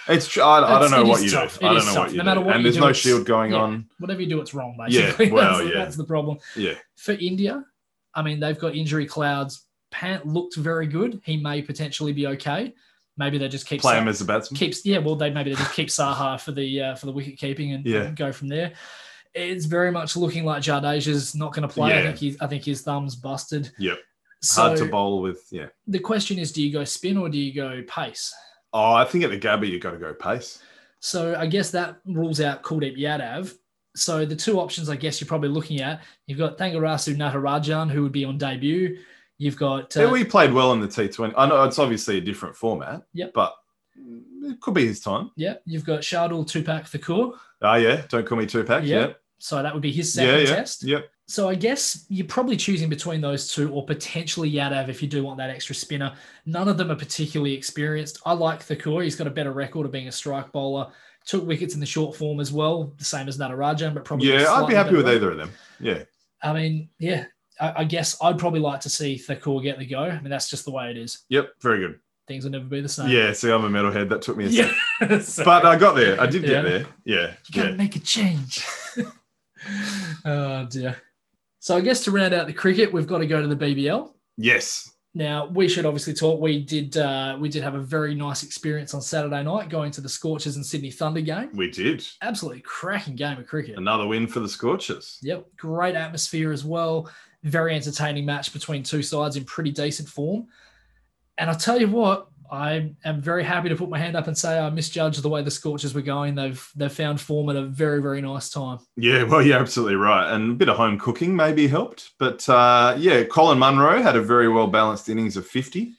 S1: It's. tr- I, I
S2: It's-
S1: don't know
S2: it
S1: what
S2: is
S1: you
S2: tough.
S1: do.
S2: It
S1: I don't
S2: is
S1: know
S2: tough.
S1: what you
S2: No
S1: do.
S2: matter what
S1: and
S2: you
S1: there's
S2: do,
S1: no
S2: it's-
S1: shield going
S2: yeah.
S1: on.
S2: Whatever you do, it's wrong,
S1: Yeah,
S2: basically.
S1: well,
S2: that's,
S1: yeah.
S2: that's the problem.
S1: Yeah.
S2: For India, I mean, they've got injury clouds. Pant looked very good. He may potentially be okay. Maybe they just keep
S1: Play
S2: Sa-
S1: him as a batsman.
S2: keeps yeah well they maybe they just keep Saha for the uh, for the wicket keeping and
S1: Yeah.
S2: go from there. It's very much looking like Jardage's not going to play. I
S1: Yeah.
S2: think he's, I think his thumb's busted.
S1: Yep.
S2: So
S1: Hard to bowl with. Yeah.
S2: the question is, do you go spin or do you go pace?
S1: Oh, I think at the Gabba you got to go pace.
S2: So I guess that rules out Kuldeep Yadav. So the two options I guess you're probably looking at, you've got Thangarasu Natarajan who would be on debut. You've got
S1: Yeah,
S2: uh,
S1: we played well in the T20. I know it's obviously a different format.
S2: Yep.
S1: But it could be his time.
S2: yeah, you've got Shardul Tupac Thakur.
S1: Oh yeah, don't call me Tupac.
S2: Yeah.
S1: Yeah.
S2: So that would be his
S1: Yeah.
S2: second
S1: Yeah.
S2: test.
S1: Yep.
S2: So I guess you're probably choosing between those two or potentially Yadav if you do want that extra spinner. None of them are particularly experienced. I like Thakur. He's got a better record of being a strike bowler. Took wickets in the short form as well, the same as Natarajan, but probably. a
S1: Yeah, I'd
S2: slightly
S1: be happy
S2: better
S1: with
S2: rate.
S1: either of them. Yeah.
S2: I mean, yeah, I, I guess I'd probably like to see Thakur get the go. I mean, that's just the way it is.
S1: Yep. Very good.
S2: Things will never be the same.
S1: Yeah, see, I'm a metalhead. That took me a second.
S2: Yeah. So-
S1: But I got there. I did get
S2: Yeah.
S1: there. Yeah.
S2: You gotta
S1: Yeah.
S2: make a change. oh dear. So I guess to round out the cricket, we've got to go to the BBL.
S1: Yes.
S2: Now we should obviously talk. We did uh, we did have a very nice experience on Saturday night going to the Scorchers and Sydney Thunder game.
S1: We did.
S2: Absolutely cracking game of cricket.
S1: Another win for the Scorchers.
S2: Yep, great atmosphere as well. Very entertaining match between two sides in pretty decent form. And I tell you what, I am very happy to put my hand up and say I misjudged the way the Scorchers were going. They've they've found form at a very very nice time.
S1: Yeah, well, you're absolutely right. And a bit of home cooking maybe helped. But uh, yeah, Colin Munro had a very well balanced innings of 50.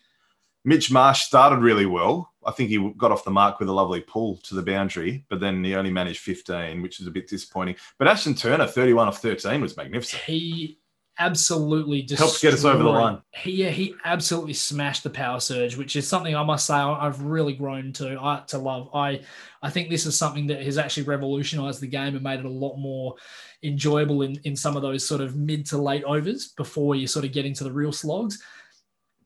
S1: Mitch Marsh started really well. I think he got off the mark with a lovely pull to the boundary, but then he only managed 15, which is a bit disappointing. But Ashton Turner, 31 of 13, was magnificent.
S2: He absolutely destroyed,
S1: Helped get us over the line.
S2: He yeah, he absolutely smashed the power surge, which is something I must say I- I've really grown to I, to love. I I think this is something that has actually revolutionised the game and made it a lot more enjoyable in in some of those sort of mid to late overs before you sort of get into the real slogs.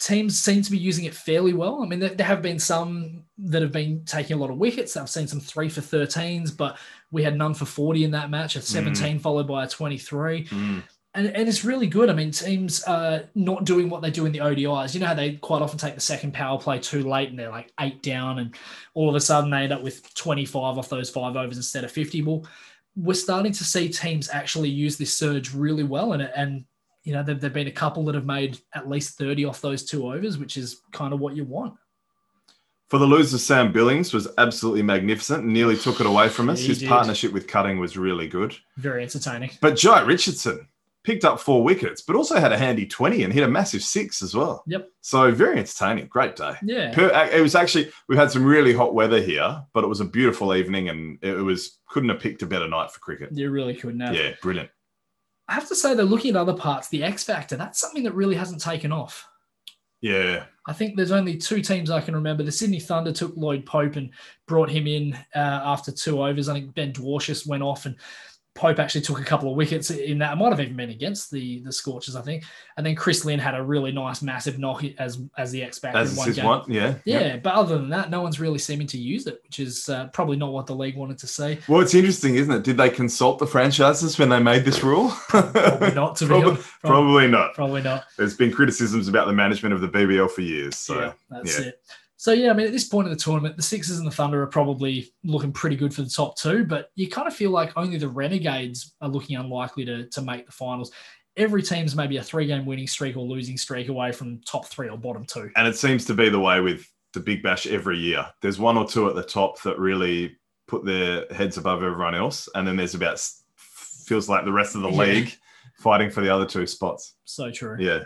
S2: Teams seem to be using it fairly well. I mean, there, there have been some that have been taking a lot of wickets. I've seen some three for
S1: Hmm.
S2: 13s, but we had none for 40 in that match, a 17 followed by a 23 and, and it's really good. I mean, teams uh, not doing what they do in the ODIs. You know how they quite often take the second power play too late and they're like eight down, and all of a sudden they end up with 25 off those five overs instead of 50. Well, we're starting to see teams actually use this surge really well, and and you know there have been a couple that have made at least 30 off those two overs, which is kind of what you want.
S1: For the loser, Sam Billings was absolutely magnificent. Nearly took it away from us.
S2: He
S1: His
S2: did.
S1: partnership with Cutting was really good.
S2: Very entertaining.
S1: But Jai Richardson picked up four wickets, but also had a handy 20 and hit a massive six as well.
S2: Yep.
S1: So very entertaining. Great day.
S2: Yeah.
S1: Per- uh, it was actually we've had some really hot weather here, but it was a beautiful evening, and it was couldn't have picked a better night for cricket.
S2: You really couldn't have.
S1: Yeah, brilliant.
S2: I have to say, though, looking at other parts, the X Factor, that's something that really hasn't taken off.
S1: Yeah,
S2: I think there's only two teams I can remember. The Sydney Thunder took Lloyd Pope and brought him in uh, after two overs. I think Ben Dwarshus went off and Pope actually took a couple of wickets in that. It might have even been against the the Scorchers, I think. And then Chris Lynn had a really nice, massive knock as as the X factor
S1: as
S2: in
S1: is
S2: one
S1: his
S2: game.
S1: one. Yeah,
S2: Yeah, but other than that, no one's really seeming to use it, which is uh, probably not what the league wanted to see.
S1: Well, it's interesting, isn't it? Did they consult the franchises when they made this rule?
S2: Probably not, to be
S1: Probably-
S2: honest. Probably,
S1: Probably not.
S2: probably not.
S1: There's been criticisms about the management of the BBL for years. So
S2: yeah, that's
S1: yeah.
S2: it. So yeah, I mean, at this point in the tournament, the Sixers and the Thunder are probably looking pretty good for the top two, but you kind of feel like only the Renegades are looking unlikely to to make the finals. Every team's maybe a three-game winning streak or losing streak away from top three or bottom two.
S1: and it seems to be the way with the Big Bash every year. There's one or two at the top that really put their heads above everyone else, and then there's about s- feels like the rest of the
S2: Yeah.
S1: league fighting for the other two spots.
S2: So true.
S1: Yeah,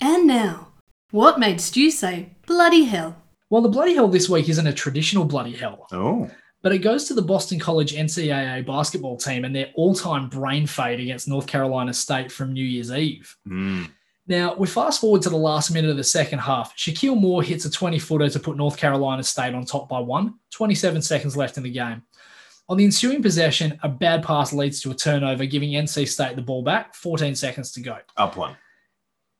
S3: And now, what made Stu say bloody hell?
S2: Well, the bloody hell this week isn't a traditional bloody hell.
S1: Oh,
S2: but it goes to the Boston College NCAA basketball team and their all-time brain fade against North Carolina State from New Year's Eve.
S1: Mm.
S2: Now, we fast forward to the last minute of the second half. Shaquille Moore hits a 20 footer to put North Carolina State on top by one, 27 seconds left in the game. On the ensuing possession, a bad pass leads to a turnover, giving NC State the ball back, 14 seconds to go.
S1: up one.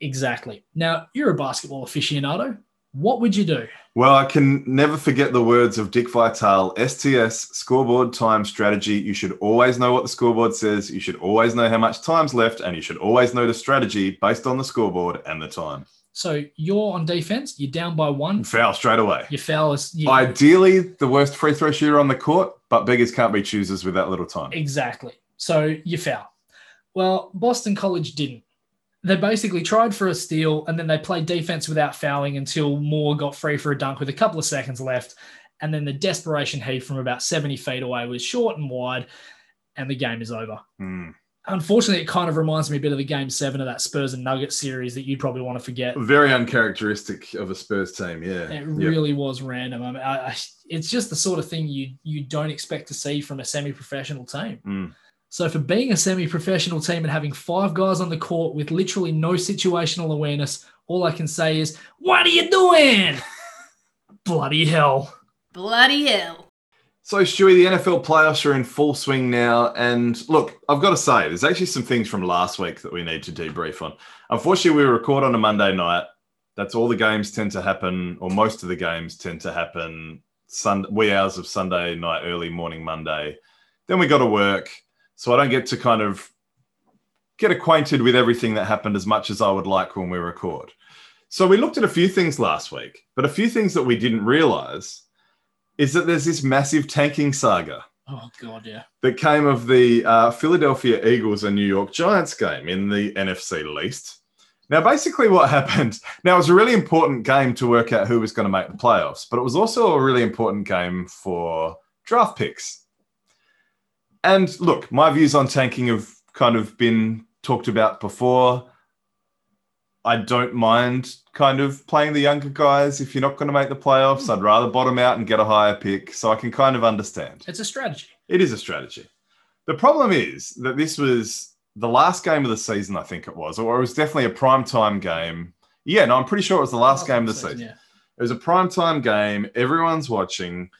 S2: Exactly. Now, you're a basketball aficionado. What would you do?
S1: Well, I can never forget the words of Dick Vitale STS scoreboard time strategy. You should always know what the scoreboard says. You should always know how much time's left. And you should always know the strategy based on the scoreboard and the time.
S2: So you're on defense, you're down by one,
S1: Foul straight away.
S2: you foul is you-
S1: Ideally, the worst free throw shooter on the court, but beggars can't be choosers with that little time.
S2: Exactly. So you foul. Well, Boston College didn't. They basically tried for a steal and then they played defense without fouling until Moore got free for a dunk with a couple of seconds left. And then the desperation heave from about 70 feet away was short and wide, and the game is over.
S1: Mm.
S2: Unfortunately, it kind of reminds me a bit of the game seven of that Spurs and Nuggets series that you'd probably want to forget.
S1: Very uncharacteristic of a Spurs team. Yeah. Yep.
S2: It really was random. I mean, I, I, it's just the sort of thing you you don't expect to see from a semi-professional team.
S1: Mm.
S2: So for being a semi-professional team and having five guys on the court with literally no situational awareness, all I can say is, "What are you doing?" Bloody hell!
S3: Bloody hell.
S1: So, Stewie, the NFL playoffs are in full swing now. And look, I've got to say, there's actually some things from last week that we need to debrief on. Unfortunately, we record on a Monday night. That's all the games tend to happen, or most of the games tend to happen Sunday, wee hours of Sunday night, early morning Monday. Then we got to work. So I don't get to kind of get acquainted with everything that happened as much as I would like when we record. So we looked at a few things last week, but a few things that we didn't realize is that there's this massive tanking saga
S2: Oh god, yeah.
S1: that came of the uh, Philadelphia Eagles and New York Giants game in the NFC least. Now, basically, what happened now it was a really important game to work out who was going to make the playoffs, but it was also a really important game for draft picks. And look, my views on tanking have kind of been talked about before. I don't mind kind of playing the younger guys if you're not going to make the playoffs. I'd rather bottom out and get a higher pick. So I can kind of understand.
S2: It's a strategy.
S1: It is a strategy. The problem is that this was the last game of the season, I think it was, or it was definitely a prime time game. Yeah, no, I'm pretty sure it was the last game of the season.
S2: Oh, Yeah.
S1: It was a prime time game. Everyone's watching.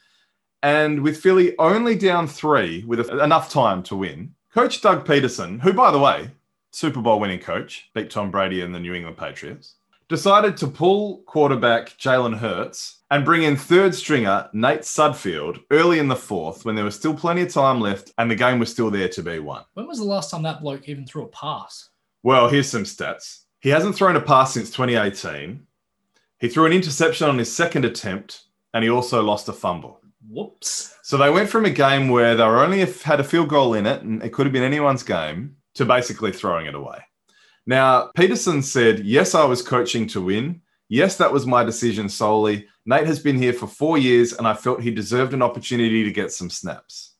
S1: And with Philly only down three with enough time to win, Coach Doug Peterson, who, by the way, Super Bowl winning coach, beat Tom Brady and the New England Patriots, decided to pull quarterback Jalen Hurts and bring in third stringer Nate Sudfield early in the fourth when there was still plenty of time left and the game was still there to be won.
S2: When was the last time that bloke even threw a pass?
S1: Well, here's some stats. He hasn't thrown a pass since 2018. He threw an interception on his second attempt, and he also lost a fumble.
S2: Whoops.
S1: So they went from a game where they were only if had a field goal in it, and it could have been anyone's game, to basically throwing it away. Now, Peterson said, Yes, I was coaching to win. Yes, that was my decision solely. Nate has been here for four years, and I felt he deserved an opportunity to get some snaps.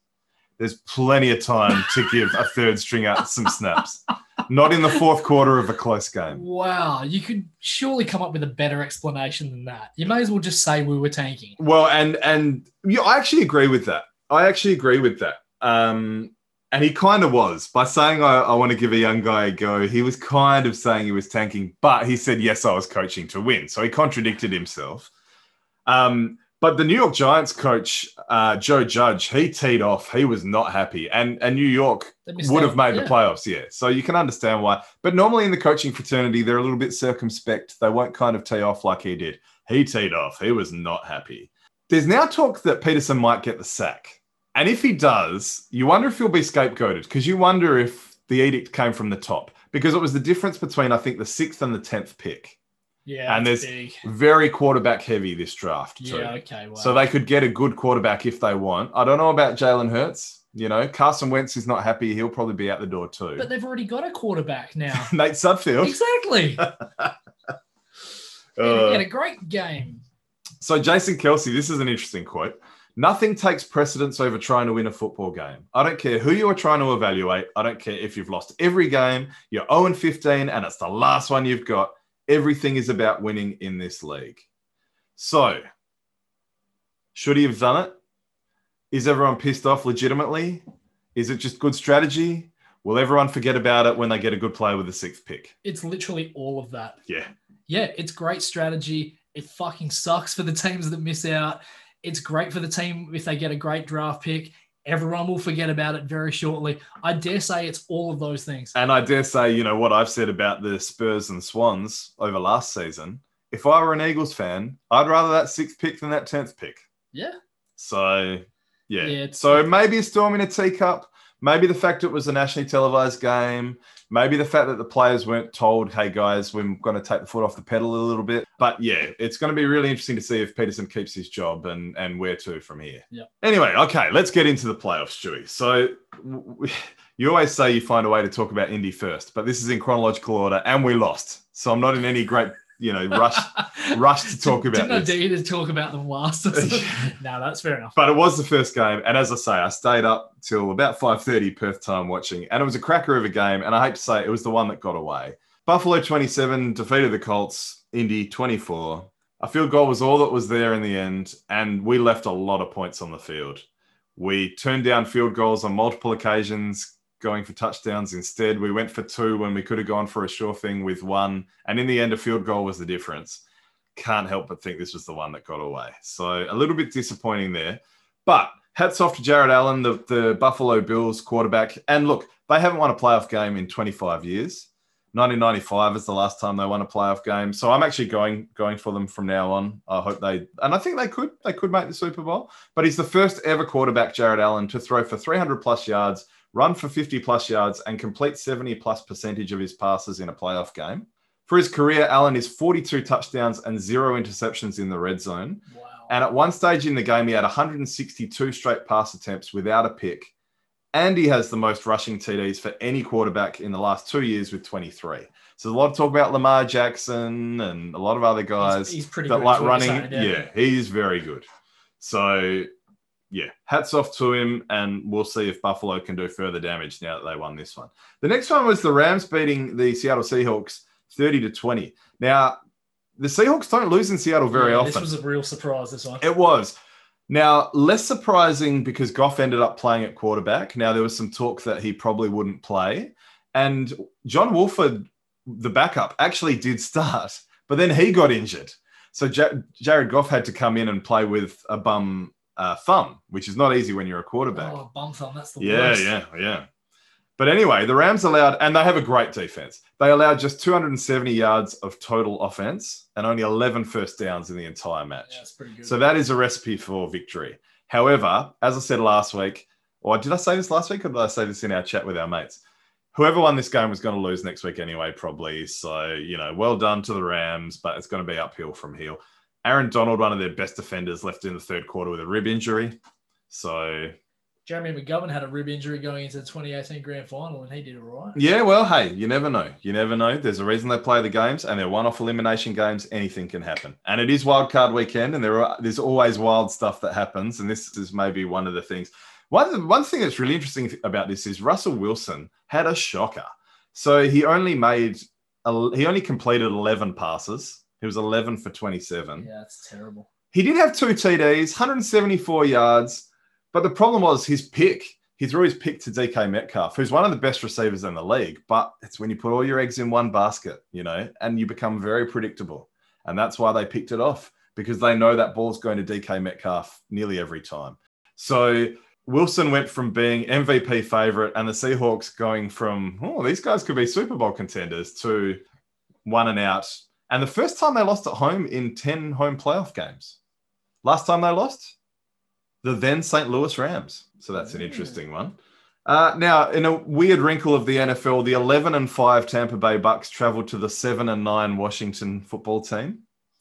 S1: There's plenty of time to give a third stringer some snaps, not in the fourth quarter of a close game.
S2: Wow. You could surely come up with a better explanation than that. You may as well just say we were tanking.
S1: Well, and and yeah, I actually agree with that. I actually agree with that. Um, and he kind of was by saying I, I want to give a young guy a go. He was kind of saying he was tanking, but he said yes, I was coaching to win. So he contradicted himself. Um, but the New York Giants coach uh, Joe Judge, he teed off. He was not happy, and and New York
S2: They missed
S1: would
S2: out.
S1: have made
S2: Yeah.
S1: the playoffs. Yeah, so you can understand why. But normally in the coaching fraternity, they're a little bit circumspect. They won't kind of tee off like he did. He teed off. He was not happy. There's now talk that Peterson might get the sack, and if he does, you wonder if he'll be scapegoated because you wonder if the edict came from the top because it was the difference between I think the sixth and the tenth pick.
S2: Yeah.
S1: And
S2: that's
S1: there's-
S2: big.
S1: Very quarterback heavy this draft too.
S2: Yeah. Okay. Wow.
S1: So they could get a good quarterback if they want. I don't know about Jalen Hurts. You know, Carson Wentz is not happy. He'll probably be out the door too.
S2: but they've already got a quarterback now.
S1: Nate Sudfield.
S2: exactly.
S1: Uh,
S2: he had a great game.
S1: so Jason Kelsey, this is an interesting quote. Nothing takes precedence over trying to win a football game. I don't care who you are trying to evaluate. I don't care if you've lost every game. You're 0 15 and it's the last one you've got. Everything is about winning in this league. So, should he have done it? Is everyone pissed off legitimately? Is it just good strategy? Will everyone forget about it when they get a good player with the sixth pick?
S2: It's literally all of that.
S1: Yeah.
S2: yeah, it's great strategy. It fucking sucks for the teams that miss out. It's great for the team if they get a great draft pick. Everyone will forget about it very shortly. I dare say it's all of those things.
S1: And I dare say, you know, what I've said about the Spurs and Swans over last season. If I were an Eagles fan, I'd rather that sixth pick than that 10th pick.
S2: Yeah.
S1: So, yeah.
S2: Yeah, it's-
S1: so maybe a storm in a teacup. Maybe the fact it was a nationally televised game. Maybe the fact that the players weren't told, hey, guys, we're going to take the foot off the pedal a little bit. But yeah, it's going to be really interesting to see if Peterson keeps his job and, and where to from here.
S2: Yeah.
S1: Anyway, okay, let's get into the playoffs, Stewie. So w- w- you always say you find a way to talk about Indy first, but this is in chronological order and we lost. So I'm not in any great, you know, rush, rush to talk about
S2: Didn't I
S1: this.
S2: dare you to talk about them last? no, that's fair enough.
S1: But it was the first game, and as I say, I stayed up till about five thirty Perth time watching, and it was a cracker of a game. And I hate to say, it, it was the one that got away. Buffalo twenty seven defeated the Colts. Indy twenty four. A field goal was all that was there in the end, and we left a lot of points on the field. We turned down field goals on multiple occasions, going for touchdowns instead. We went for two when we could have gone for a sure thing with one, and in the end, a field goal was the difference. Can't help but think this was the one that got away. So a little bit disappointing there. But hats off to Jared Allen, the, the Buffalo Bills quarterback. And look, they haven't won a playoff game in 25 years. 1995 is the last time they won a playoff game. So I'm actually going going for them from now on. I hope they and I think they could they could make the Super Bowl. But he's the first ever quarterback Jared Allen to throw for 300 plus yards, run for 50 plus yards and complete 70 plus percentage of his passes in a playoff game. For his career, Allen is 42 touchdowns and zero interceptions in the red zone.
S2: Wow.
S1: And at one stage in the game, he had 162 straight pass attempts without a pick. And he has the most rushing TDs for any quarterback in the last two years with 23. So there's a lot of talk about Lamar Jackson and a lot of other guys
S2: he's, he's pretty
S1: that
S2: good,
S1: like
S2: is what you're
S1: running. yeah.
S2: saying,
S1: he is very good. So yeah, hats off to him, and we'll see if Buffalo can do further damage now that they won this one. The next one was the Rams beating the Seattle Seahawks 30 to 20. Now, the Seahawks don't lose in Seattle very
S2: Yeah,
S1: often.
S2: This was a real surprise. This one.
S1: It was. Now, less surprising because Goff ended up playing at quarterback. Now, there was some talk that he probably wouldn't play. And John Wolford, the backup, actually did start, but then he got injured. So Ja- Jared Goff had to come in and play with a bum uh, thumb, which is not easy when you're a quarterback.
S2: Oh, bum thumb. That's the
S1: Yeah,
S2: worst.
S1: yeah, yeah. But anyway, the Rams allowed, and they have a great defense. They allowed just 270 yards of total offense and only 11 first downs in the entire match.
S2: Yeah, it's pretty good.
S1: So that is a recipe for victory. However, as I said last week, or did I say this last week or did I say this in our chat with our mates? whoever won this game was going to lose next week anyway, probably. So, you know, well done to the Rams, but it's going to be uphill from here. Aaron Donald, one of their best defenders, left in the third quarter with a rib injury. So,
S2: Jeremy McGovern had a rib injury going into the 2018 grand final, and he did all right.
S1: yeah, well, hey, you never know. You never know. There's a reason they play the games, and they're one off elimination games. Anything can happen. And it is wild card weekend, and there are, there's always wild stuff that happens. And this is maybe one of the things. One, one thing that's really interesting about this is Russell Wilson had a shocker. So he only made, he only completed 11 passes. He was 11 for 27.
S2: Yeah, that's terrible.
S1: He did have two TDs, 174 yards, but the problem was his pick. He threw his pick to DK Metcalf, who's one of the best receivers in the league. But it's when you put all your eggs in one basket, you know, and you become very predictable. And that's why they picked it off because they know that ball's going to DK Metcalf nearly every time. So Wilson went from being MVP favorite and the Seahawks going from, oh, these guys could be Super Bowl contenders to one and out. And the first time they lost at home in 10 home playoff games. Last time they lost, the then St. Louis Rams. So that's an
S2: Mm.
S1: interesting one. Uh, now, in a weird wrinkle of the NFL, the 11 and 5 Tampa Bay Bucks traveled to the 7 and 9 Washington football team.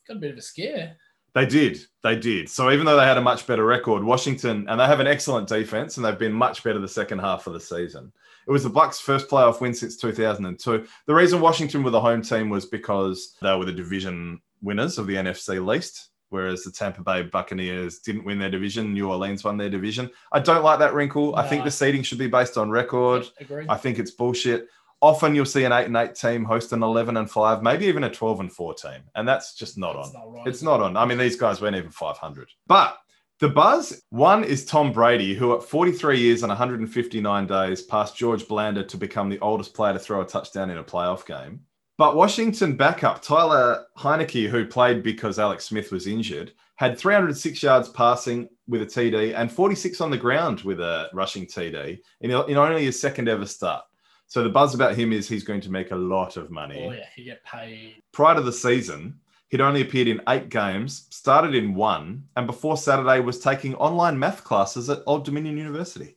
S2: Got a bit of a scare.
S1: They did. They did. So even though they had a much better record, Washington and they have an excellent defense and they've been much better the second half of the season. It was the Bucks' first playoff win since 2002. The reason Washington were the home team was because they were the division winners of the NFC least, whereas the Tampa Bay Buccaneers didn't win their division. New Orleans won their division. I don't like that wrinkle. I think
S2: No.
S1: the seeding should be based on record.
S2: Agree.
S1: I think it's bullshit. Often you'll see an eight and eight team host an eleven and five, maybe even a twelve and four team, and that's just not on.
S2: That's not right.
S1: It's not on. I mean, these guys weren't even 500. But the buzz one is Tom Brady, who at 43 years and 159 days passed George Blander to become the oldest player to throw a touchdown in a playoff game. But Washington backup Tyler Heineke, who played because Alex Smith was injured, had 306 yards passing with a TD and 46 on the ground with a rushing TD in, in only his second ever start. So the buzz about him is he's going to make a lot of money
S2: Oh yeah, you get paid.
S1: prior to the season, he'd only appeared in eight games, started in one, and before Saturday was taking online math classes at Old Dominion University.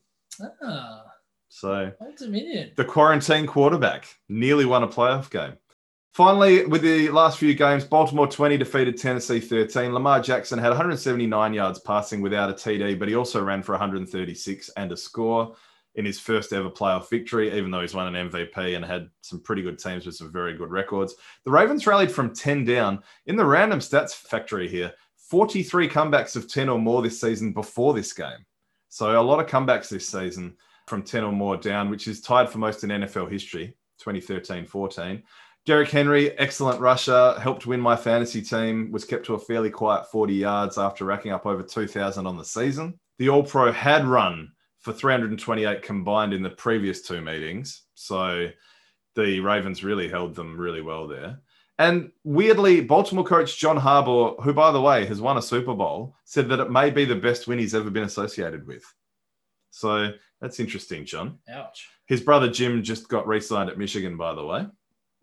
S2: Ah,
S1: So
S2: Old Dominion.
S1: the quarantine quarterback nearly won a playoff game. Finally, with the last few games, Baltimore 20 defeated Tennessee 13. Lamar Jackson had 179 yards passing without a TD, but he also ran for 136 and a score in his first ever playoff victory, even though he's won an MVP and had some pretty good teams with some very good records. The Ravens rallied from 10 down in the random stats factory here 43 comebacks of 10 or more this season before this game. So a lot of comebacks this season from 10 or more down, which is tied for most in NFL history, 2013 14. Derrick Henry, excellent rusher, helped win my fantasy team, was kept to a fairly quiet 40 yards after racking up over 2,000 on the season. The All Pro had run for 328 combined in the previous two meetings. So the Ravens really held them really well there. And weirdly, Baltimore coach John Harbaugh, who, by the way, has won a Super Bowl, said that it may be the best win he's ever been associated with. So that's interesting, John.
S2: Ouch.
S1: His brother Jim just got re signed at Michigan, by the way.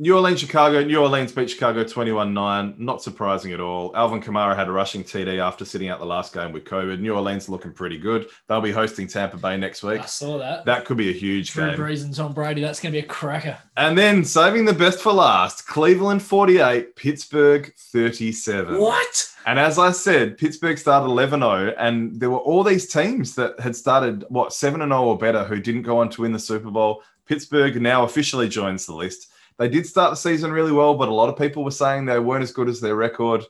S1: New Orleans, Chicago. New Orleans beat Chicago 21 9. Not surprising at all. Alvin Kamara had a rushing TD after sitting out the last game with COVID. New Orleans looking pretty good. They'll be hosting Tampa Bay next week.
S2: I saw that.
S1: That could be a huge
S2: Drew
S1: game.
S2: Brees and Tom Brady. That's going to be a cracker.
S1: And then saving the best for last Cleveland 48, Pittsburgh 37.
S2: What?
S1: And as I said, Pittsburgh started 11 0, and there were all these teams that had started, what, 7 0 or better who didn't go on to win the Super Bowl. Pittsburgh now officially joins the list. They did start the season really well, but a lot of people were saying they weren't as good as their record.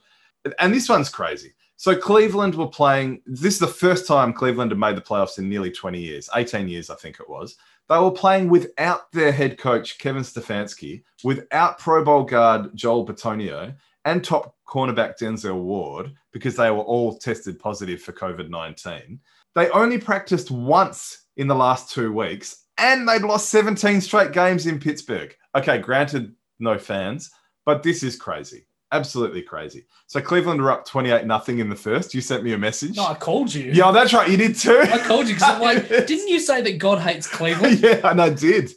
S1: And this one's crazy. So Cleveland were playing, this is the first time Cleveland had made the playoffs in nearly 20 years, 18 years, I think it was. They were playing without their head coach, Kevin Stefanski, without Pro Bowl guard Joel Batonio, and top cornerback Denzel Ward because they were all tested positive for COVID 19. They only practiced once in the last two weeks and they'd lost 17 straight games in Pittsburgh. Okay, granted, no fans, but this is crazy. Absolutely crazy. So Cleveland were up 28 nothing in the first. You sent me a message.
S2: No, I called you.
S1: yeah, that's right. You did too.
S2: I called you because I'm like, didn't you say that God hates Cleveland?
S1: yeah, and I did.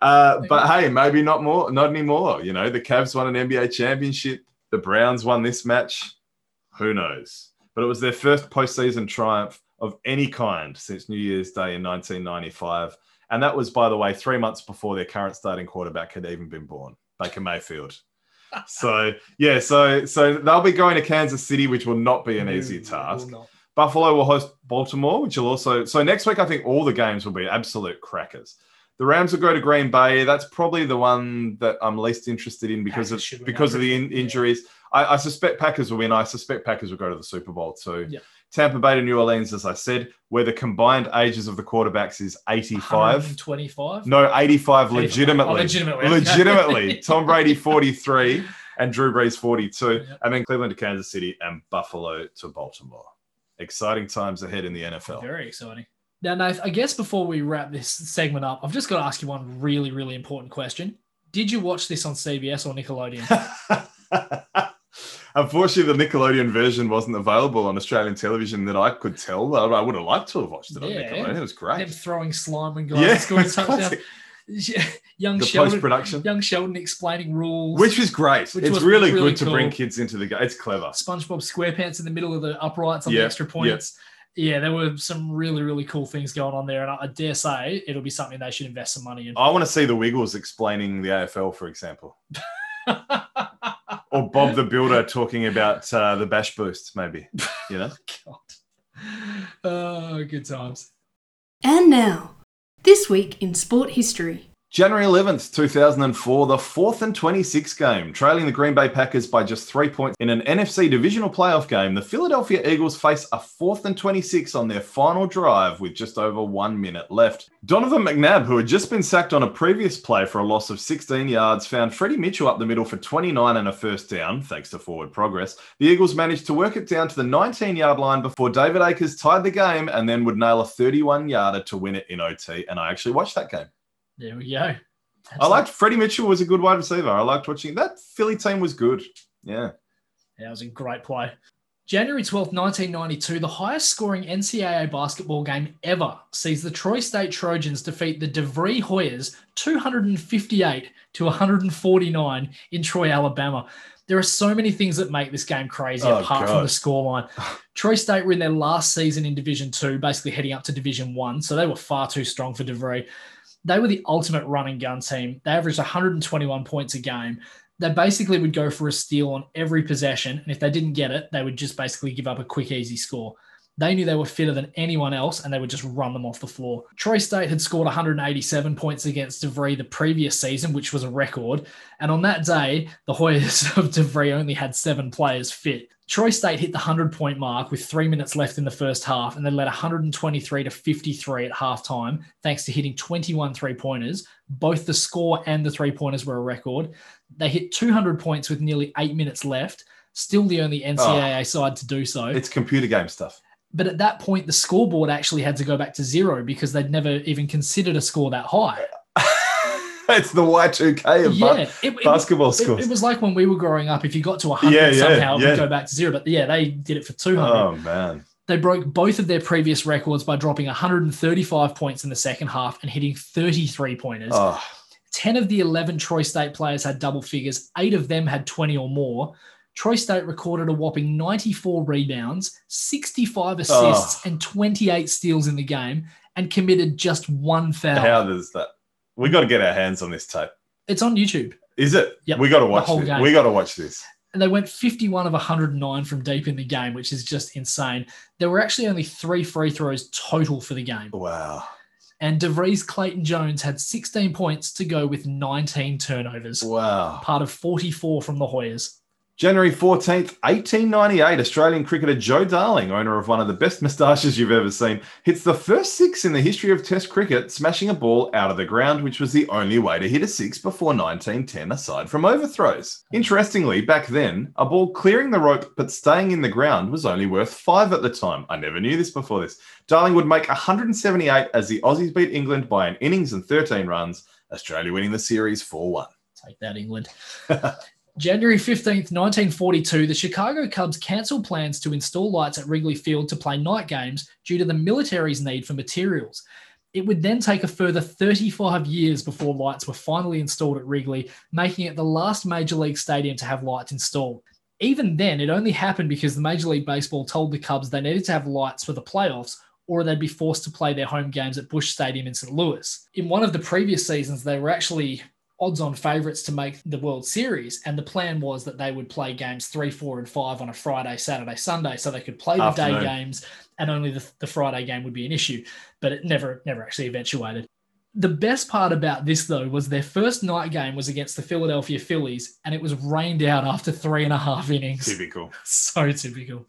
S1: Uh, but hey, maybe not more, not anymore. You know, the Cavs won an NBA championship. The Browns won this match. Who knows? But it was their first postseason triumph of any kind since New Year's Day in 1995. And that was, by the way, three months before their current starting quarterback had even been born, Baker Mayfield. so yeah, so so they'll be going to Kansas City, which will not be an easy task.
S2: Will not.
S1: Buffalo will host Baltimore, which will also. So next week, I think all the games will be absolute crackers. The Rams will go to Green Bay. That's probably the one that I'm least interested in because
S2: Packers should
S1: of
S2: win
S1: because
S2: that
S1: of the in,
S2: pretty- yeah.
S1: injuries. I, I suspect Packers will win. I suspect Packers will go to the Super Bowl too.
S2: Yeah.
S1: Tampa Bay to New Orleans, as I said, where the combined ages of the quarterbacks is 85.
S2: 125.
S1: No, 85
S2: Oh,
S1: legitimately.
S2: legitimately. okay.
S1: legitimately. Tom Brady 43 and Drew Brees 42.
S2: Yeah.
S1: And then Cleveland to Kansas City and Buffalo to Baltimore. Exciting times ahead in the NFL.
S2: Very exciting. Now, Nath, I guess before we wrap this segment up, I've just got to ask you one really, really important question. Did you watch this on CBS or Nickelodeon?
S1: Unfortunately, the Nickelodeon version wasn't available on Australian television that I could tell. I I would have liked to have watched it on
S2: Yeah.
S1: Nickelodeon. It was
S2: Them
S1: great.
S2: throwing slime when guys
S1: Yeah,
S2: scored a
S1: it's
S2: touchdown.
S1: classic.
S2: young
S1: the post
S2: Sheldon,
S1: production,
S2: young Sheldon explaining rules.
S1: which was great.
S2: Which
S1: it's
S2: was
S1: really,
S2: really
S1: good to
S2: cool.
S1: bring kids into the game. It's clever.
S2: SpongeBob SquarePants in the middle of the uprights on
S1: Yeah,
S2: the extra points. Yeah, there were some really, really cool things going on there, and I, I dare say it'll be something they should invest some money in.
S1: I want to see the Wiggles explaining the AFL, for example, or Bob the Builder talking about uh, the Bash Boost, maybe. You know,
S2: God. Oh, good times.
S4: And now, this week in sport history.
S1: January 11th, 2004, the fourth and 26th game, trailing the Green Bay Packers by just three points in an NFC divisional playoff game. The Philadelphia Eagles face a fourth and 26 on their final drive with just over one minute left. Donovan McNabb, who had just been sacked on a previous play for a loss of 16 yards, found Freddie Mitchell up the middle for 29 and a first down, thanks to forward progress. The Eagles managed to work it down to the 19 yard line before David Akers tied the game and then would nail a 31 yarder to win it in OT. And I actually watched that game.
S2: There we go. That's
S1: I liked Freddie Mitchell was a good wide receiver. I liked watching that Philly team was good. Yeah.
S2: Yeah, it was a great play. January 12th, 1992, the highest scoring NCAA basketball game ever sees the Troy State Trojans defeat the DeVry Hoyas 258 to 149 in Troy, Alabama. There are so many things that make this game crazy
S1: Oh,
S2: apart
S1: God.
S2: from the scoreline. Troy State were in their last season in Division 2, basically heading up to Division 1, so they were far too strong for DeVry. They were the ultimate run and gun team. They averaged 121 points a game they basically would go for a steal on every possession. And if they didn't get it, they would just basically give up a quick, easy score. They knew they were fitter than anyone else and they would just run them off the floor. Troy State had scored 187 points against DeVry the previous season, which was a record. And on that day, the Hoyas of DeVry only had seven players fit. Troy State hit the 100 point mark with three minutes left in the first half and they led 123 to 53 at halftime, thanks to hitting 21 three pointers. Both the score and the three pointers were a record. They hit 200 points with nearly eight minutes left, still the only NCAA side to do so.
S1: It's computer game stuff.
S2: But at that point, the scoreboard actually had to go back to zero because they'd never even considered a score that high.
S1: it's the Y2K of ba-
S2: yeah, it, it, was-
S1: basketball
S2: it,
S1: scores.
S2: it was like when we were growing up. If you got to 100
S1: Yeah, yeah,
S2: somehow, it
S1: yeah.
S2: would go back to zero. But yeah, they did it for 200.
S1: oh, man.
S2: They broke both of their previous records by dropping 135 points in the second half and hitting 33 pointers.
S1: Oh,
S2: 10 of the 11 Troy State players had double figures, eight of them had 20 or more. Troy State recorded a whopping 94 rebounds, 65 assists, and 28 steals in the game, and committed just one foul.
S1: how does that? We got to get our hands on this tape.
S2: It's on YouTube.
S1: Is it?
S2: Yep,
S1: we got to watch
S2: whole
S1: this.
S2: game.
S1: We got to watch this.
S2: And they went 51 of 109 from deep in the game, which is just insane. There were actually only three free throws total for the game.
S1: Wow.
S2: And DeVries Clayton Jones had 16 points to go with 19 turnovers,
S1: Wow.
S2: part of 44 from the Hoyas.
S1: January 14th, 1898, Australian cricketer Joe Darling, owner of one of the best moustaches you've ever seen, hits the first six in the history of Test cricket, smashing a ball out of the ground, which was the only way to hit a six before 1910, aside from overthrows. Interestingly, back then, a ball clearing the rope but staying in the ground was only worth five at the time. I never knew this before this. Darling would make 178 as the Aussies beat England by an innings and 13 runs, Australia winning the series 4 1.
S2: Take that, England. January 15th, 1942, the Chicago Cubs cancelled plans to install lights at Wrigley Field to play night games due to the military's need for materials. It would then take a further 35 years before lights were finally installed at Wrigley, making it the last Major League stadium to have lights installed. Even then, it only happened because the Major League Baseball told the Cubs they needed to have lights for the playoffs or they'd be forced to play their home games at Bush Stadium in St. Louis. In one of the previous seasons, they were actually odds on favourites to make the World Series, and the plan was that they would play games three, four, and five on a Friday, Saturday, Sunday, so they could play the
S1: Afternoon.
S2: day games, and only the, the Friday game would be an issue. But it never, never actually eventuated. The best part about this, though, was their first night game was against the Philadelphia Phillies, and it was rained out after three and a half innings.
S1: Typical.
S2: So typical.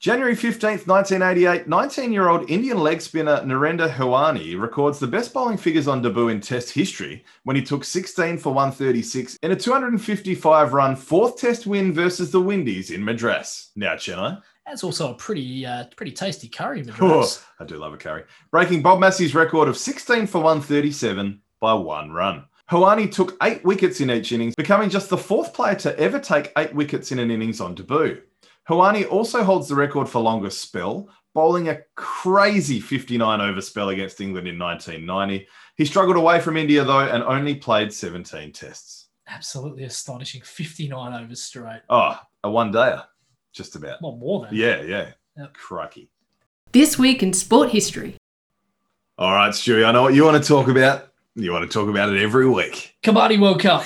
S1: January 15th, 1988, 19 year old Indian leg spinner Narendra Hawani records the best bowling figures on debut in Test history when he took 16 for 136 in a 255 run fourth Test win versus the Windies in Madras. Now, Chandler,
S2: That's also a pretty, uh, pretty tasty curry. Madras.
S1: Course. I do love a carry, breaking Bob Massey's record of 16 for 137 by one run. Hawani took eight wickets in each innings, becoming just the fourth player to ever take eight wickets in an innings on debut. Hawani also holds the record for longest spell, bowling a crazy 59 over spell against England in 1990. He struggled away from India though and only played 17 tests.
S2: Absolutely astonishing. 59 overs straight.
S1: Oh, a one dayer, just about.
S2: Well, more than.
S1: Yeah, yeah.
S2: Yep.
S1: Crikey.
S4: This week in sport history.
S1: All right, Stewie, I know what you want to talk about. You want to talk about it every week.
S2: Kabaddi World Cup.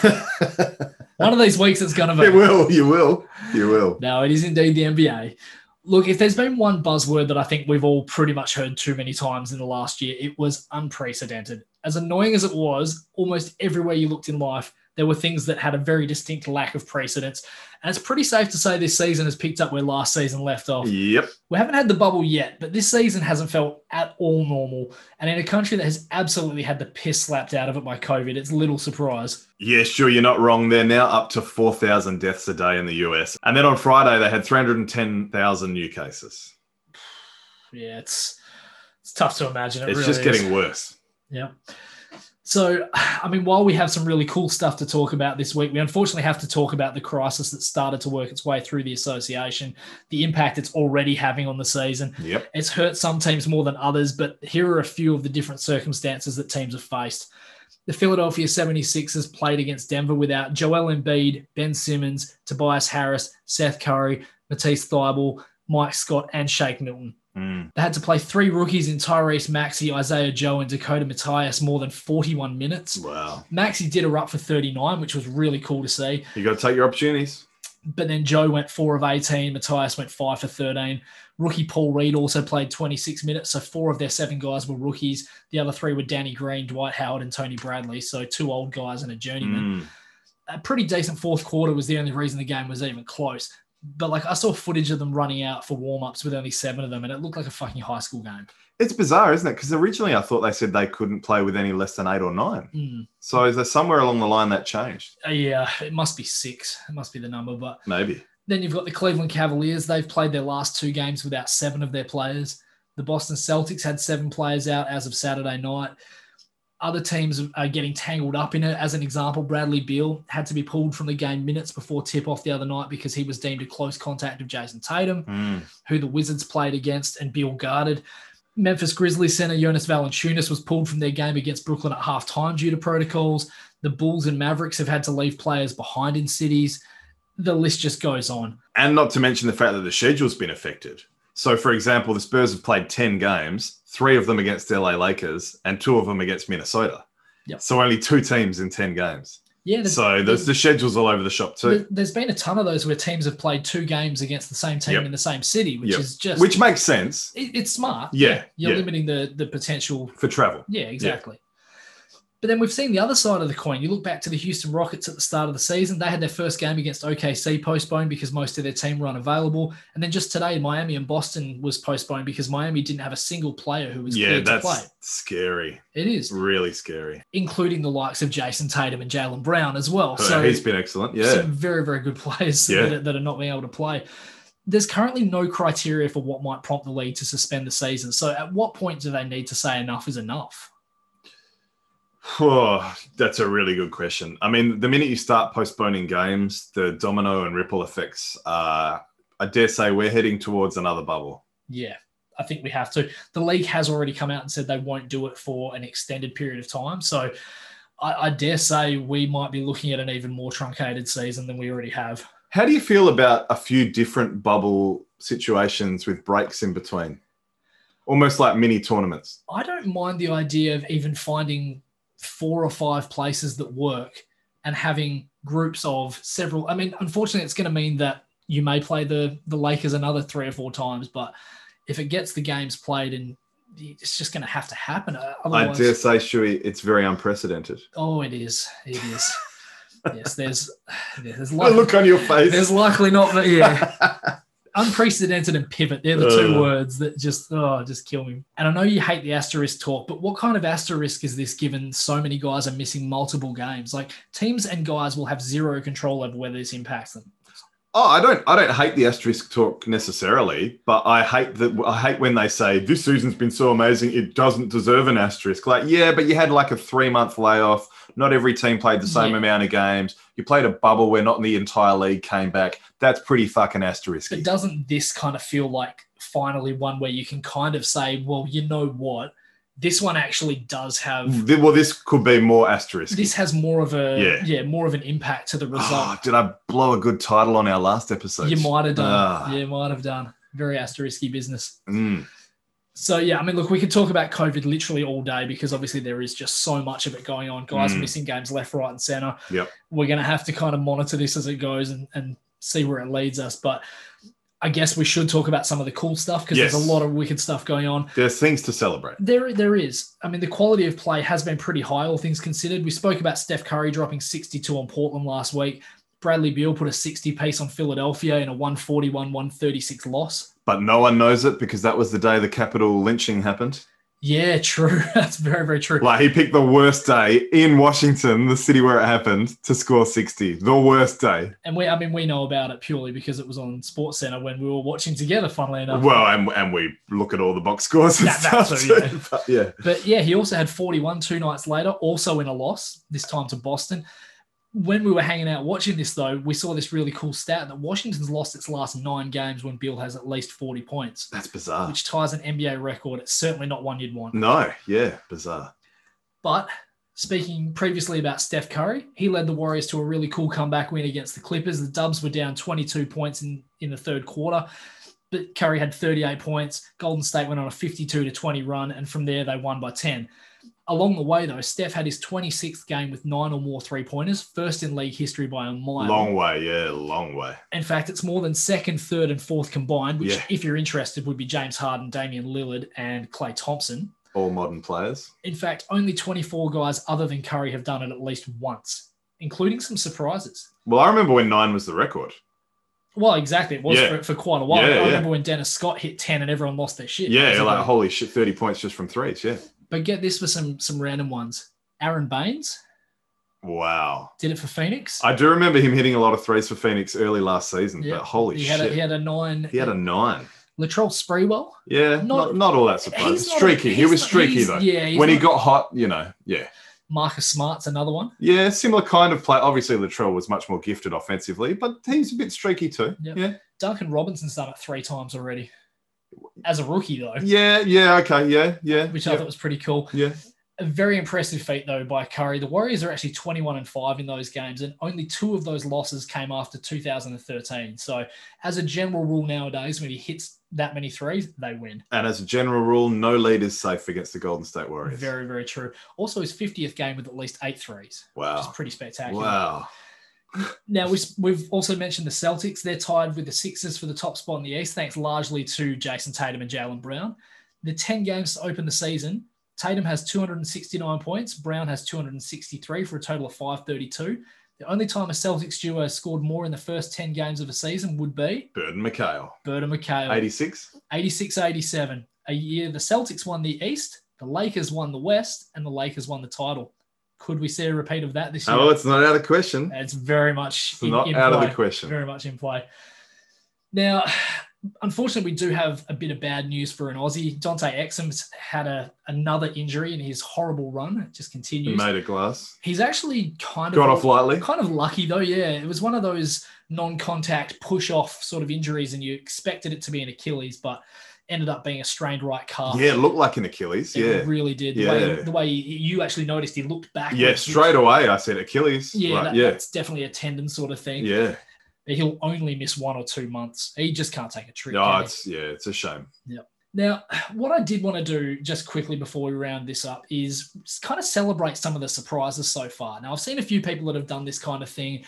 S2: One of these weeks it's going to be.
S1: You will. You will. You will.
S2: No, it is indeed the NBA. Look, if there's been one buzzword that I think we've all pretty much heard too many times in the last year, it was unprecedented. As annoying as it was, almost everywhere you looked in life, there were things that had a very distinct lack of precedence. And it's pretty safe to say this season has picked up where last season left off.
S1: Yep.
S2: We haven't had the bubble yet, but this season hasn't felt at all normal. And in a country that has absolutely had the piss slapped out of it by COVID, it's little surprise.
S1: Yeah, sure. You're not wrong. They're now up to 4,000 deaths a day in the US. And then on Friday, they had 310,000 new cases.
S2: Yeah, it's it's tough to imagine. It
S1: it's
S2: really
S1: just
S2: is.
S1: getting worse.
S2: Yeah. So, I mean, while we have some really cool stuff to talk about this week, we unfortunately have to talk about the crisis that started to work its way through the association, the impact it's already having on the season.
S1: Yep.
S2: It's hurt some teams more than others, but here are a few of the different circumstances that teams have faced. The Philadelphia 76ers played against Denver without Joel Embiid, Ben Simmons, Tobias Harris, Seth Curry, Matisse Thybul, Mike Scott, and Shake Milton.
S1: Mm.
S2: They had to play three rookies in Tyrese Maxey, Isaiah Joe, and Dakota Matthias more than 41 minutes.
S1: Wow.
S2: Maxey did her up for 39, which was really cool to see.
S1: You got to take your opportunities.
S2: But then Joe went four of 18, Matthias went five for 13. Rookie Paul Reed also played 26 minutes. So four of their seven guys were rookies. The other three were Danny Green, Dwight Howard, and Tony Bradley. So two old guys and a journeyman
S1: Mm.
S2: a pretty decent fourth quarter was the only reason the game was even close. But like I saw footage of them running out for warm ups with only seven of them, and it looked like a fucking high school game.
S1: It's bizarre, isn't it? Because originally I thought they said they couldn't play with any less than eight or nine.
S2: Mm.
S1: So is there somewhere along the line that changed?
S2: Uh, Yeah, it must be six. It must be the number. But
S1: Maybe.
S2: then you've got the Cleveland Cavaliers. They've played their last two games without seven of their players. The Boston Celtics had seven players out as of Saturday night. Other teams are getting tangled up in it. As an example, Bradley Beal had to be pulled from the game minutes before tip off the other night because he was deemed a close contact of Jason Tatum.
S1: Mm.
S2: who the Wizards played against and Bill guarded. Memphis Grizzlies center Jonas Valanciunas was pulled from their game against Brooklyn at halftime due to protocols. The Bulls and Mavericks have had to leave players behind in cities. The list just goes on.
S1: And not to mention the fact that the schedule's been affected. So, for example, the Spurs have played 10 games, three of them against LA Lakers and two of them against Minnesota.
S2: Yep.
S1: So, only two teams in 10 games.
S2: Yeah, there's,
S1: So, there's the schedule's all over the shop, too,
S2: there- there's been a ton of those where teams have played two games against the same team
S1: Yep.
S2: in the same city, which
S1: Yep.
S2: is just
S1: which makes sense.
S2: it- it's smart.
S1: Yeah.
S2: You're
S1: Yeah.
S2: limiting the the potential
S1: For travel.
S2: Yeah, exactly. But then we've seen the other side of the coin. You look back to the Houston Rockets at the start of the season. They had their first game against OKC postponed because most of their team were unavailable. And then just today, Miami and Boston was postponed because Miami didn't have a single player who was
S1: Yeah,
S2: cleared
S1: that's
S2: to play.
S1: scary.
S2: It is,
S1: Really scary.
S2: including the likes of Jason Tatum and Jalen Brown as well. So
S1: He's been excellent. Yeah.
S2: some very, very good players
S1: Yeah.
S2: that, are, that are not being able to play. There's currently no criteria for what might prompt the league to suspend the season. So at what point do they need to say enough is enough?
S1: Oh, that's a really good question. I mean, the minute you start postponing games, the domino and ripple effects are, I dare say, we're heading towards another bubble.
S2: Yeah, I think we have to. The league has already come out and said they won't do it for an extended period of time. So I, I dare say we might be looking at an even more truncated season than we already have.
S1: How do you feel about a few different bubble situations with breaks in between? almost like mini tournaments.
S2: I don't mind the idea of even finding four or five places that work and having groups of several. I mean, unfortunately, it's going to mean that you may play the the Lakers another three or four times, but if it gets the games played and it's just going to have to happen. uh,
S1: I dare
S2: Otherwise,
S1: say, Shui, it's very unprecedented.
S2: oh, it is, it is. yes, there's there's
S1: Oh,
S2: likely,
S1: look on your face.
S2: there's likely not, but yeah. unprecedented and pivot they're the two
S1: Ugh.
S2: words that just oh just kill me and i know you hate the asterisk talk but what kind of asterisk is this given so many guys are missing multiple games like teams and guys will have zero control over whether this impacts them
S1: Oh, I don't. I don't hate the asterisk talk necessarily, but I hate that. I hate when they say this season's been so amazing it doesn't deserve an asterisk. Like, yeah, but you had like a three-month layoff. Not every team played the same
S2: Yeah.
S1: amount of games. You played a bubble where not the entire league came back. That's pretty fucking
S2: but
S1: asterisky.
S2: doesn't this kind of feel like finally one where you can kind of say well you know what this one actually does have
S1: Th- Well, this could be more asterisk.
S2: this has more of a
S1: Yeah.
S2: more of an impact to the
S1: Oh,
S2: result
S1: did I blow a good title on our last episode?
S2: you might have done
S1: Ah.
S2: you might have done very asterisky business
S1: Mm.
S2: So yeah, I mean, look, we could talk about COVID literally all day because obviously there is just so much of it going on. Guys
S1: Mm.
S2: missing games left, right, and center.
S1: Yep.
S2: We're gonna have to kind of monitor this as it goes and, and see where it leads us. But I guess we should talk about some of the cool stuff because there's
S1: Yes.
S2: a lot of wicked stuff going on.
S1: There's things to celebrate.
S2: There, there is. I mean, the quality of play has been pretty high, all things considered. We spoke about Steph Curry dropping 62 on Portland last week. Bradley Beal put a 60 piece on Philadelphia in a 141-136 loss.
S1: But no one knows it because that was the day the Capitol lynching happened.
S2: Yeah, true. That's very, very true.
S1: Like he picked the worst day in Washington, the city where it happened, to score 60. The worst day.
S2: and we I mean we know about it purely because it was on Sports Center when we were watching together, funnily enough.
S1: Well, and, and we look at all the box scores and
S2: That- that
S1: stuff.
S2: too, yeah.
S1: too, but yeah.
S2: but yeah, he also had 41 two nights later, also in a loss, this time to Boston. When we were hanging out watching this, though, we saw this really cool stat that Washington's lost its last nine games when Bill has at least 40 points,
S1: That's bizarre.
S2: which ties an NBA record. It's certainly not one you'd want.
S1: No, yeah, bizarre.
S2: But speaking previously about Steph Curry, he led the Warriors to a really cool comeback win against the Clippers. The Dubs were down 22 points in, in the third quarter, but Curry had 38 points. Golden State went on a 52 to 20 run, and from there they won by 10. Along the way, though, Steph had his 26th game with nine or more three pointers, first in league history by a mile.
S1: Long way, yeah, long way.
S2: In fact, it's more than second, third, and fourth combined, which,
S1: Yeah.
S2: if you're interested, would be James Harden, Damian Lillard, and Clay Thompson.
S1: All modern players.
S2: In fact, only 24 guys other than Curry have done it at least once, including some surprises.
S1: Well, I remember when nine was the record.
S2: Well, exactly. It was
S1: Yeah.
S2: for, for quite a while.
S1: Yeah,
S2: I
S1: yeah.
S2: remember when Dennis Scott hit 10 and everyone lost their shit.
S1: Yeah,
S2: basically.
S1: like holy shit, 30 points just from threes. Yeah.
S2: but get this for some some random ones. Aaron Baines
S1: Wow.
S2: did it for Phoenix.
S1: I do remember him hitting a lot of threes for Phoenix early last season,
S2: Yeah.
S1: but holy
S2: he
S1: shit.
S2: had a, he had a nine.
S1: he had a nine.
S2: Latrell Sprewell.
S1: Yeah,
S2: Not-
S1: not, not, all that surprising.
S2: He's not-
S1: Streaky. He
S2: he's
S1: was
S2: not-
S1: streaky
S2: he's-
S1: though.
S2: Yeah, he's
S1: when he
S2: not-
S1: got hot, you know, yeah,
S2: Marcus Smart's another one.
S1: yeah, similar kind of play. Obviously, Latrell was much more gifted offensively, but he's a bit streaky too.
S2: Yep.
S1: Yeah,
S2: Duncan Robinson's done it three times already. As a rookie though.
S1: yeah, yeah. Okay, yeah, yeah,
S2: which I
S1: yeah.
S2: thought was pretty cool.
S1: Yeah.
S2: A very impressive feat though by Curry. The Warriors are actually 21 and 5 in those games, and only two of those losses came after 2013. So, as a general rule nowadays, when he hits that many threes, they win.
S1: And as a general rule, no lead is safe against the Golden State Warriors.
S2: Very, very true. Also, his 50th game with at least eight threes, which is
S1: wow,
S2: pretty spectacular.
S1: wow.
S2: Now, we, we've also mentioned the Celtics. They're tied with the Sixers for the top spot in the East, thanks largely to Jason Tatum and Jalen Brown. The 10 games to open the season, Tatum has 269 points, Brown has 263 for a total of 532. The only time a Celtics duo scored more in the first 10 games of a season would be
S1: Bird and McHale,
S2: Bird and McHale,
S1: eighty-six.
S2: 86 87. A year the Celtics won the East, the Lakers won the West, and the Lakers won the title. Could we see a repeat of that this year?
S1: Oh, it's not out of the question.
S2: It's very much
S1: It's
S2: in-
S1: not
S2: in
S1: out of the
S2: play
S1: question.
S2: very much in play. Now, unfortunately, we do have a bit of bad news for an Aussie. Dante Exum's had a, another injury in his horrible run. It just continues.
S1: Made of glass.
S2: He's actually kind
S1: Got
S2: of
S1: off lightly.
S2: kind of lucky though. Yeah, it was one of those non-contact push-off sort of injuries, and you expected it to be an Achilles, but ended up being a strained right calf.
S1: Yeah, looked like an Achilles.
S2: Oh. It
S1: Yeah.
S2: really did. The way,
S1: Yeah.
S2: the way you actually noticed, he looked back.
S1: Yeah, straight away I said Achilles.
S2: Yeah,
S1: Right,
S2: that-
S1: yeah,
S2: that's definitely a tendon sort of thing.
S1: yeah.
S2: He'll only miss one or two months. He just can't take a trip.
S1: Oh,
S2: can he?
S1: it's yeah, it's a shame.
S2: Now, what I did want to do just quickly before we round this up is kind of celebrate some of the surprises so far. Now, I've seen a few people that have done this kind of thing.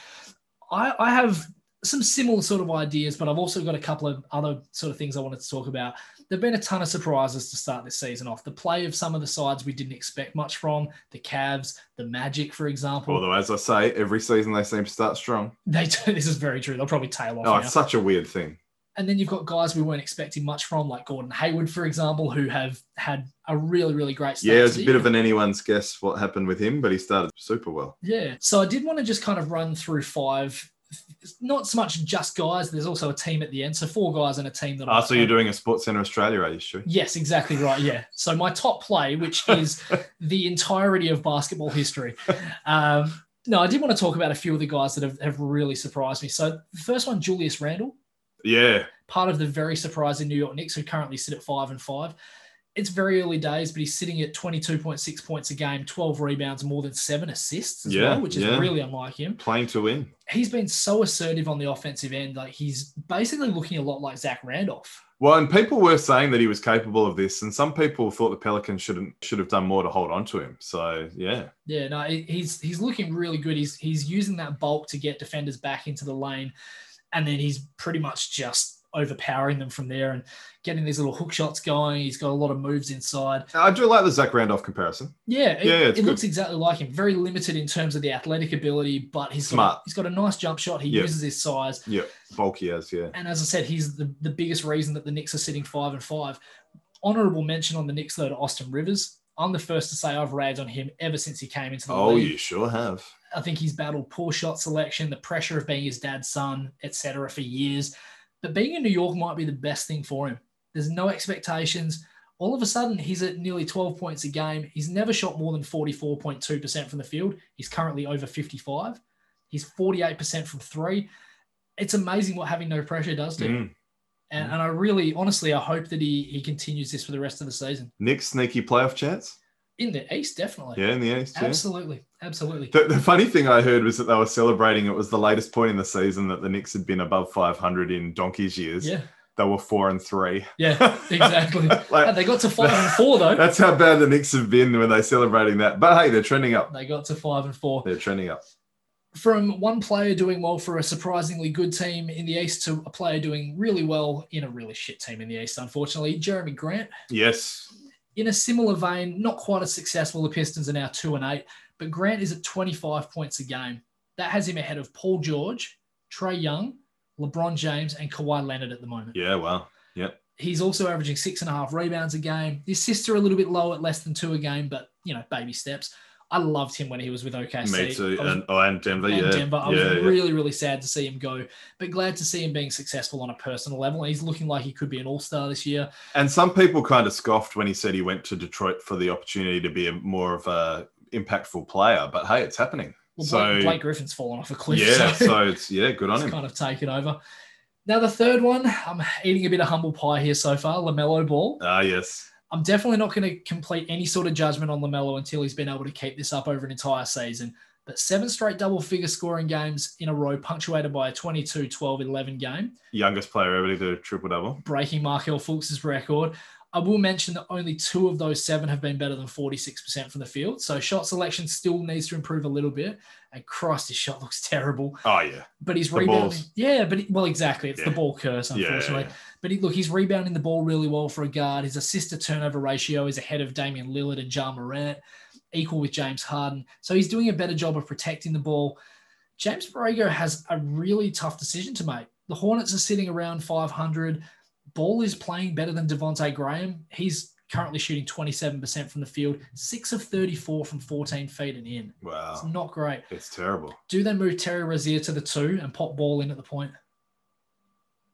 S2: I, I have some similar sort of ideas, but I've also got a couple of other sort of things I wanted to talk about. There have been a ton of surprises to start this season off. The play of some of the sides we didn't expect much from, the Cavs, the Magic, for example.
S1: Although, as I say, every season they seem to start strong.
S2: they do, this is very true. They'll probably tail off.
S1: Oh,
S2: now.
S1: it's such a weird thing.
S2: And then you've got guys we weren't expecting much from, like Gordon Hayward, for example, who have had a really, really great start.
S1: Yeah,
S2: to
S1: it's a
S2: the
S1: bit
S2: year.
S1: of an anyone's guess what happened with him, but he started super well.
S2: Yeah. So I did want to just kind of run through five, not so much just guys. There's also a team at the end. So four guys and a team that
S1: Ah, so you're doing a Sports Centre Australia, are you sure?
S2: Yes, exactly right. Yeah. So my top play, which is the entirety of basketball history. Um, no, I did want to talk about a few of the guys that have, have really surprised me. So the first one, Julius Randle,
S1: Yeah,
S2: part of the very surprising New York Knicks, who currently sit at five and five. It's very early days, but he's sitting at 22.6 points a game, 12 rebounds, more than seven assists as
S1: Yeah,
S2: well, which is
S1: yeah.
S2: really unlike him
S1: playing to win.
S2: he's been so assertive on the offensive end. Like he's basically looking a lot like Zach Randolph.
S1: Well, and people were saying that he was capable of this, and some people thought the Pelicans shouldn't should have done more to hold on to him. So yeah,
S2: Yeah, no, he- he's he's looking really good. He's he's using that bulk to get defenders back into the lane, and then he's pretty much just overpowering them from there and getting these little hook shots going. He's got a lot of moves inside.
S1: I do like the Zach Randolph comparison.
S2: Yeah, it,
S1: Yeah, it's
S2: it
S1: good.
S2: looks exactly like him. Very limited in terms of the athletic ability, but he's got-
S1: Smart.
S2: he's got a nice jump shot. He
S1: Yeah.
S2: uses his size.
S1: Bulky as yeah,
S2: And as I said, he's the, the biggest reason that the Knicks are sitting five and five. Honorable mention on the Knicks though to Austin Rivers. I'm the first to say I've ragged on him ever since he came into the
S1: oh,
S2: league.
S1: you sure have.
S2: I think he's battled poor shot selection, the pressure of being his dad's son, etc., for years. But being in New York might be the best thing for him. There's no expectations. All of a sudden, he's at nearly 12 points a game. He's never shot more than 44.2% from the field. He's currently over 55. He's 48% from three. It's amazing what having no pressure does to him.
S1: Mm.
S2: And, and I really, honestly, I hope that he, he continues this for the rest of the season.
S1: Nick's sneaky playoff chance.
S2: In the East, definitely.
S1: Yeah, in the East. Yeah.
S2: Absolutely. Absolutely.
S1: The, the funny thing I heard was that they were celebrating. It was the latest point in the season that the Knicks had been above 500 in donkey's years.
S2: Yeah.
S1: They were four and three.
S2: Yeah. Exactly.
S1: Like,
S2: Hey, they got to five and four though.
S1: that's how bad the Knicks have been when they're celebrating that. But hey, they're trending up.
S2: They got to five and four.
S1: They're trending up.
S2: From one player doing well for a surprisingly good team in the East to a player doing really well in a really shit team in the East, unfortunately. Jeremy Grant.
S1: Yes.
S2: In a similar vein, not quite as successful. The Pistons are now two and eight, but Grant is at 25 points a game. That has him ahead of Paul George, Trey Young, LeBron James, and Kawhi Leonard at the moment.
S1: Yeah. Wow.
S2: He's also averaging six and a half rebounds a game. The assists are a little bit low at less than two a game, but you know, baby steps. I loved him when he was with OKC.
S1: Me too.
S2: I was-
S1: And, oh, and Denver.
S2: and
S1: yeah.
S2: Denver. I
S1: yeah,
S2: was
S1: yeah.
S2: really, really sad to see him go, but glad to see him being successful on a personal level. And he's looking like he could be an all star this year.
S1: And some people kind of scoffed when he said he went to Detroit for the opportunity to be a, more of a impactful player. But hey, it's happening.
S2: Well,
S1: So-
S2: Blake, Blake Griffin's fallen off a cliff.
S1: yeah.
S2: so-
S1: So it's yeah, good on
S2: It's
S1: him.
S2: kind of taken over. Now the third one, I'm eating a bit of humble pie here so far. Lamelo Ball.
S1: Ah, yes.
S2: I'm definitely not going to complete any sort of judgment on Lamelo until he's been able to keep this up over an entire season. But seven straight double-figure scoring games in a row, punctuated by a 22, 12, 11 game,
S1: Youngest player ever to do a triple double.
S2: breaking Markel Fultz's record. I will mention that only two of those seven have been better than 46% from the field. So shot selection still needs to improve a little bit. And Christ, his shot looks terrible
S1: Oh yeah.
S2: but he's
S1: The
S2: rebounding.
S1: balls.
S2: Yeah, but he- well, exactly. It's the
S1: Yeah.
S2: ball curse,
S1: Yeah, yeah,
S2: unfortunately.
S1: yeah.
S2: But he, look, he's rebounding the ball really well for a guard. His assist to turnover ratio is ahead of Damian Lillard and Ja Morant, equal with James Harden. So he's doing a better job of protecting the ball. James Borrego has a really tough decision to make. The Hornets are sitting around 500. Ball is playing better than Devonte Graham. He's currently shooting 27% from the field, six of 34 from 14 feet and in. It's
S1: Wow.
S2: not great.
S1: It's terrible.
S2: Do they move Terry Rozier to the two and pop ball in at the point?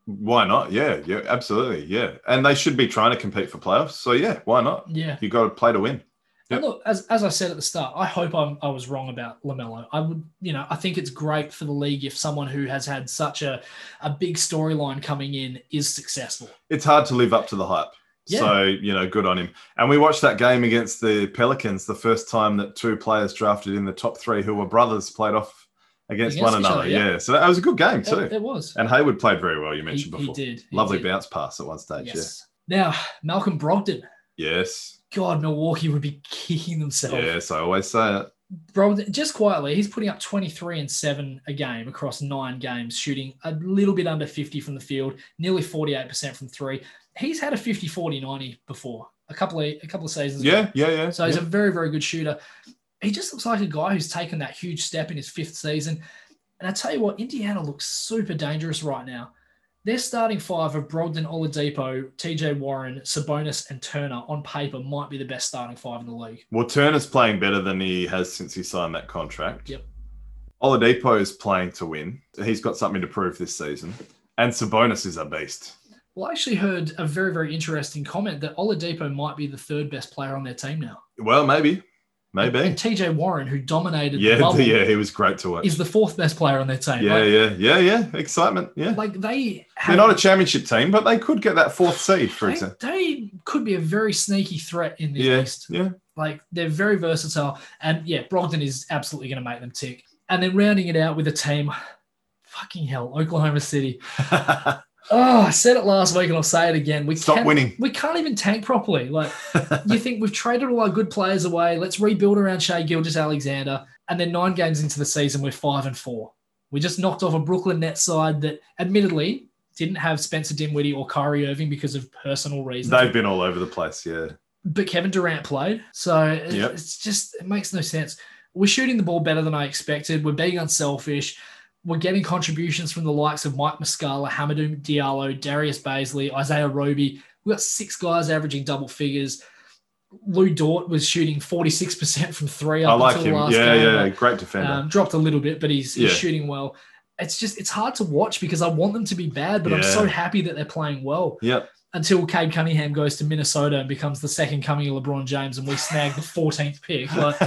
S1: Why not? Yeah, yeah, absolutely. Yeah. And they should be trying to compete for playoffs. So yeah, why not?
S2: Yeah.
S1: You gotta play to win.
S2: And look, as, as I said at the start, I hope I'm, I was wrong about LaMelo. I would, you know, I think it's great for the league if someone who has had such a, a big storyline coming in is successful.
S1: It's hard to live up to the hype.
S2: Yeah.
S1: So, you know, good on him. And we watched that game against the Pelicans the first time that two players drafted in the top three who were brothers played off against,
S2: Against
S1: one
S2: each
S1: another.
S2: other, yeah.
S1: yeah. So that was a good game
S2: It,
S1: too.
S2: it was.
S1: And Hayward played very well, you
S2: He,
S1: mentioned
S2: he
S1: before.
S2: did. He
S1: Lovely
S2: did.
S1: bounce pass at one stage.
S2: Yes. Now, Malcolm Brogdon.
S1: Yes.
S2: God, Milwaukee would be kicking themselves.
S1: Yes, I always say it.
S2: Brogdon, just quietly, he's putting up 23 and 7 a game across nine games, shooting a little bit under 50 from the field, nearly 48% from three. He's had a 50 40 90 before a couple of a couple of seasons ago.
S1: Yeah, yeah, yeah.
S2: So he's
S1: yeah.
S2: a very, very good shooter. He just looks like a guy who's taken that huge step in his fifth season. And I tell you what, Indiana looks super dangerous right now. Their starting five of Brogdon, Oladipo, TJ Warren, Sabonis, and Turner on paper might be the best starting five in the league.
S1: Well, Turner's playing better than he has since he signed that contract.
S2: Yep.
S1: Oladipo is playing to win. He's got something to prove this season. And Sabonis is a beast.
S2: Well, I actually heard a very, very interesting comment that Oladipo might be the third best player on their team now.
S1: Well, maybe. Maybe.
S2: And TJ Warren, who dominated the
S1: Yeah,
S2: bubble,
S1: yeah, he was great to watch.
S2: is the fourth best player on their team.
S1: Yeah,
S2: like,
S1: yeah, yeah, yeah. Excitement. Yeah.
S2: like they
S1: They're
S2: have
S1: not a championship team, but they could get that fourth seed, for
S2: they,
S1: example.
S2: they could be a very sneaky threat in the
S1: Yeah,
S2: East.
S1: yeah.
S2: Like they're very versatile. And yeah, Brogdon is absolutely going to make them tick. And then rounding it out with a team, fucking hell, Oklahoma City. Oh, I said it last week and I'll say it again. We
S1: Stop
S2: can't,
S1: winning.
S2: We can't even tank properly. Like you think we've traded all our good players away. Let's rebuild around Shea Gilgis Alexander. And then nine games into the season, we're five and four. We just knocked off a Brooklyn Nets side that admittedly didn't have Spencer Dinwiddie or Kyrie Irving because of personal reasons.
S1: They've been all over the place. Yeah.
S2: but Kevin Durant played. So it-
S1: Yep.
S2: it's just, it makes no sense. We're shooting the ball better than I expected. We're being unselfish. We're getting contributions from the likes of Mike Muscala, Hamadou Diallo, Darius Baisley, Isaiah Roby. We've got six guys averaging double figures. Lou Dort was shooting 46% from three up
S1: I like
S2: until
S1: him.
S2: the last
S1: Yeah,
S2: game.
S1: yeah. Great defender.
S2: Um, dropped a little bit, but he's,
S1: Yeah.
S2: he's shooting well. It's just, it's hard to watch because I want them to be bad, but I'm
S1: Yeah.
S2: so happy that they're playing well
S1: yep.
S2: until Cade Cunningham goes to Minnesota and becomes the second coming of LeBron James and we snag the 14th pick. Like,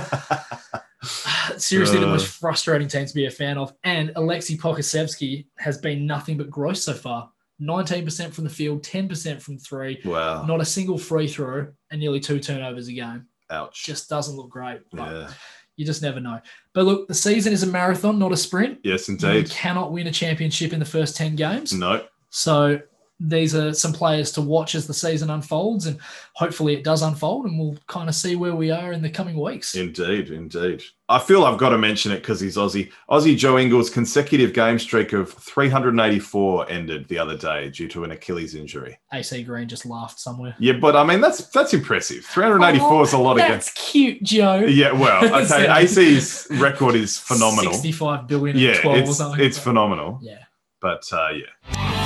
S2: seriously, the most frustrating team to be a fan of. And Alexei Pokusevsky has been nothing but gross so far 19% from the field, 10% from three,
S1: wow.
S2: not a single free throw, and nearly two turnovers a game.
S1: Ouch.
S2: Just doesn't look great. But
S1: yeah.
S2: You just never know. But look, the season is a marathon, not a sprint.
S1: Yes,
S2: You
S1: indeed.
S2: cannot win a championship in the first 10 games.
S1: No.
S2: So these are some players to watch as the season unfolds, and hopefully it does unfold, and we'll kind of see where we are in the coming weeks.
S1: Indeed, indeed. I feel I've got to mention it because he's Aussie. Aussie Joe Ingles' consecutive game streak of 384 ended the other day due to an Achilles injury.
S2: AC Green just laughed somewhere.
S1: Yeah, but I mean that's that's impressive. 384 is a lot of games.
S2: Oh, That's cute, Joe.
S1: Yeah, well, okay.
S2: Sorry.
S1: AC's record is phenomenal.
S2: 65 billion and
S1: Yeah,
S2: 12 or
S1: it's
S2: something.
S1: it's phenomenal.
S2: yeah.
S1: But uh, yeah.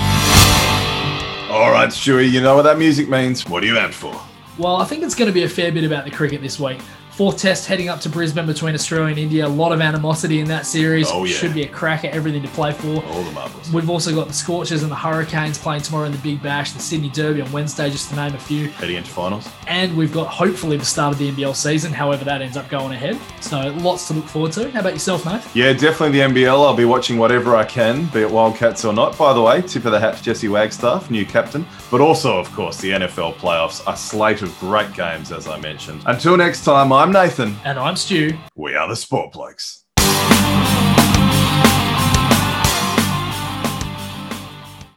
S1: All right, Stewie, you know what that music means. What are you out for?
S2: Well, I think it's going to be a fair bit about the cricket this week. Fourth test heading up to Brisbane between Australia and India. A lot of animosity in that series.
S1: Oh, yeah.
S2: Should be a cracker, everything to play for.
S1: All the marbles.
S2: We've also got the Scorchers and the Hurricanes playing tomorrow in the Big Bash, the Sydney Derby on Wednesday, just to name a few.
S1: Heading into finals.
S2: and we've got hopefully the start of the NBL season. However, that ends up going ahead, so lots to look forward to. How about yourself, mate?
S1: Yeah, definitely the NBL. I'll be watching whatever I can, be it Wildcats or not. By the way, tip of the hat to Jesse Wagstaff, new captain. But also, of course, the NFL playoffs, a slate of great games, as I mentioned. Until next time, I'm Nathan.
S2: And I'm Stu.
S1: We are the Sport Blokes.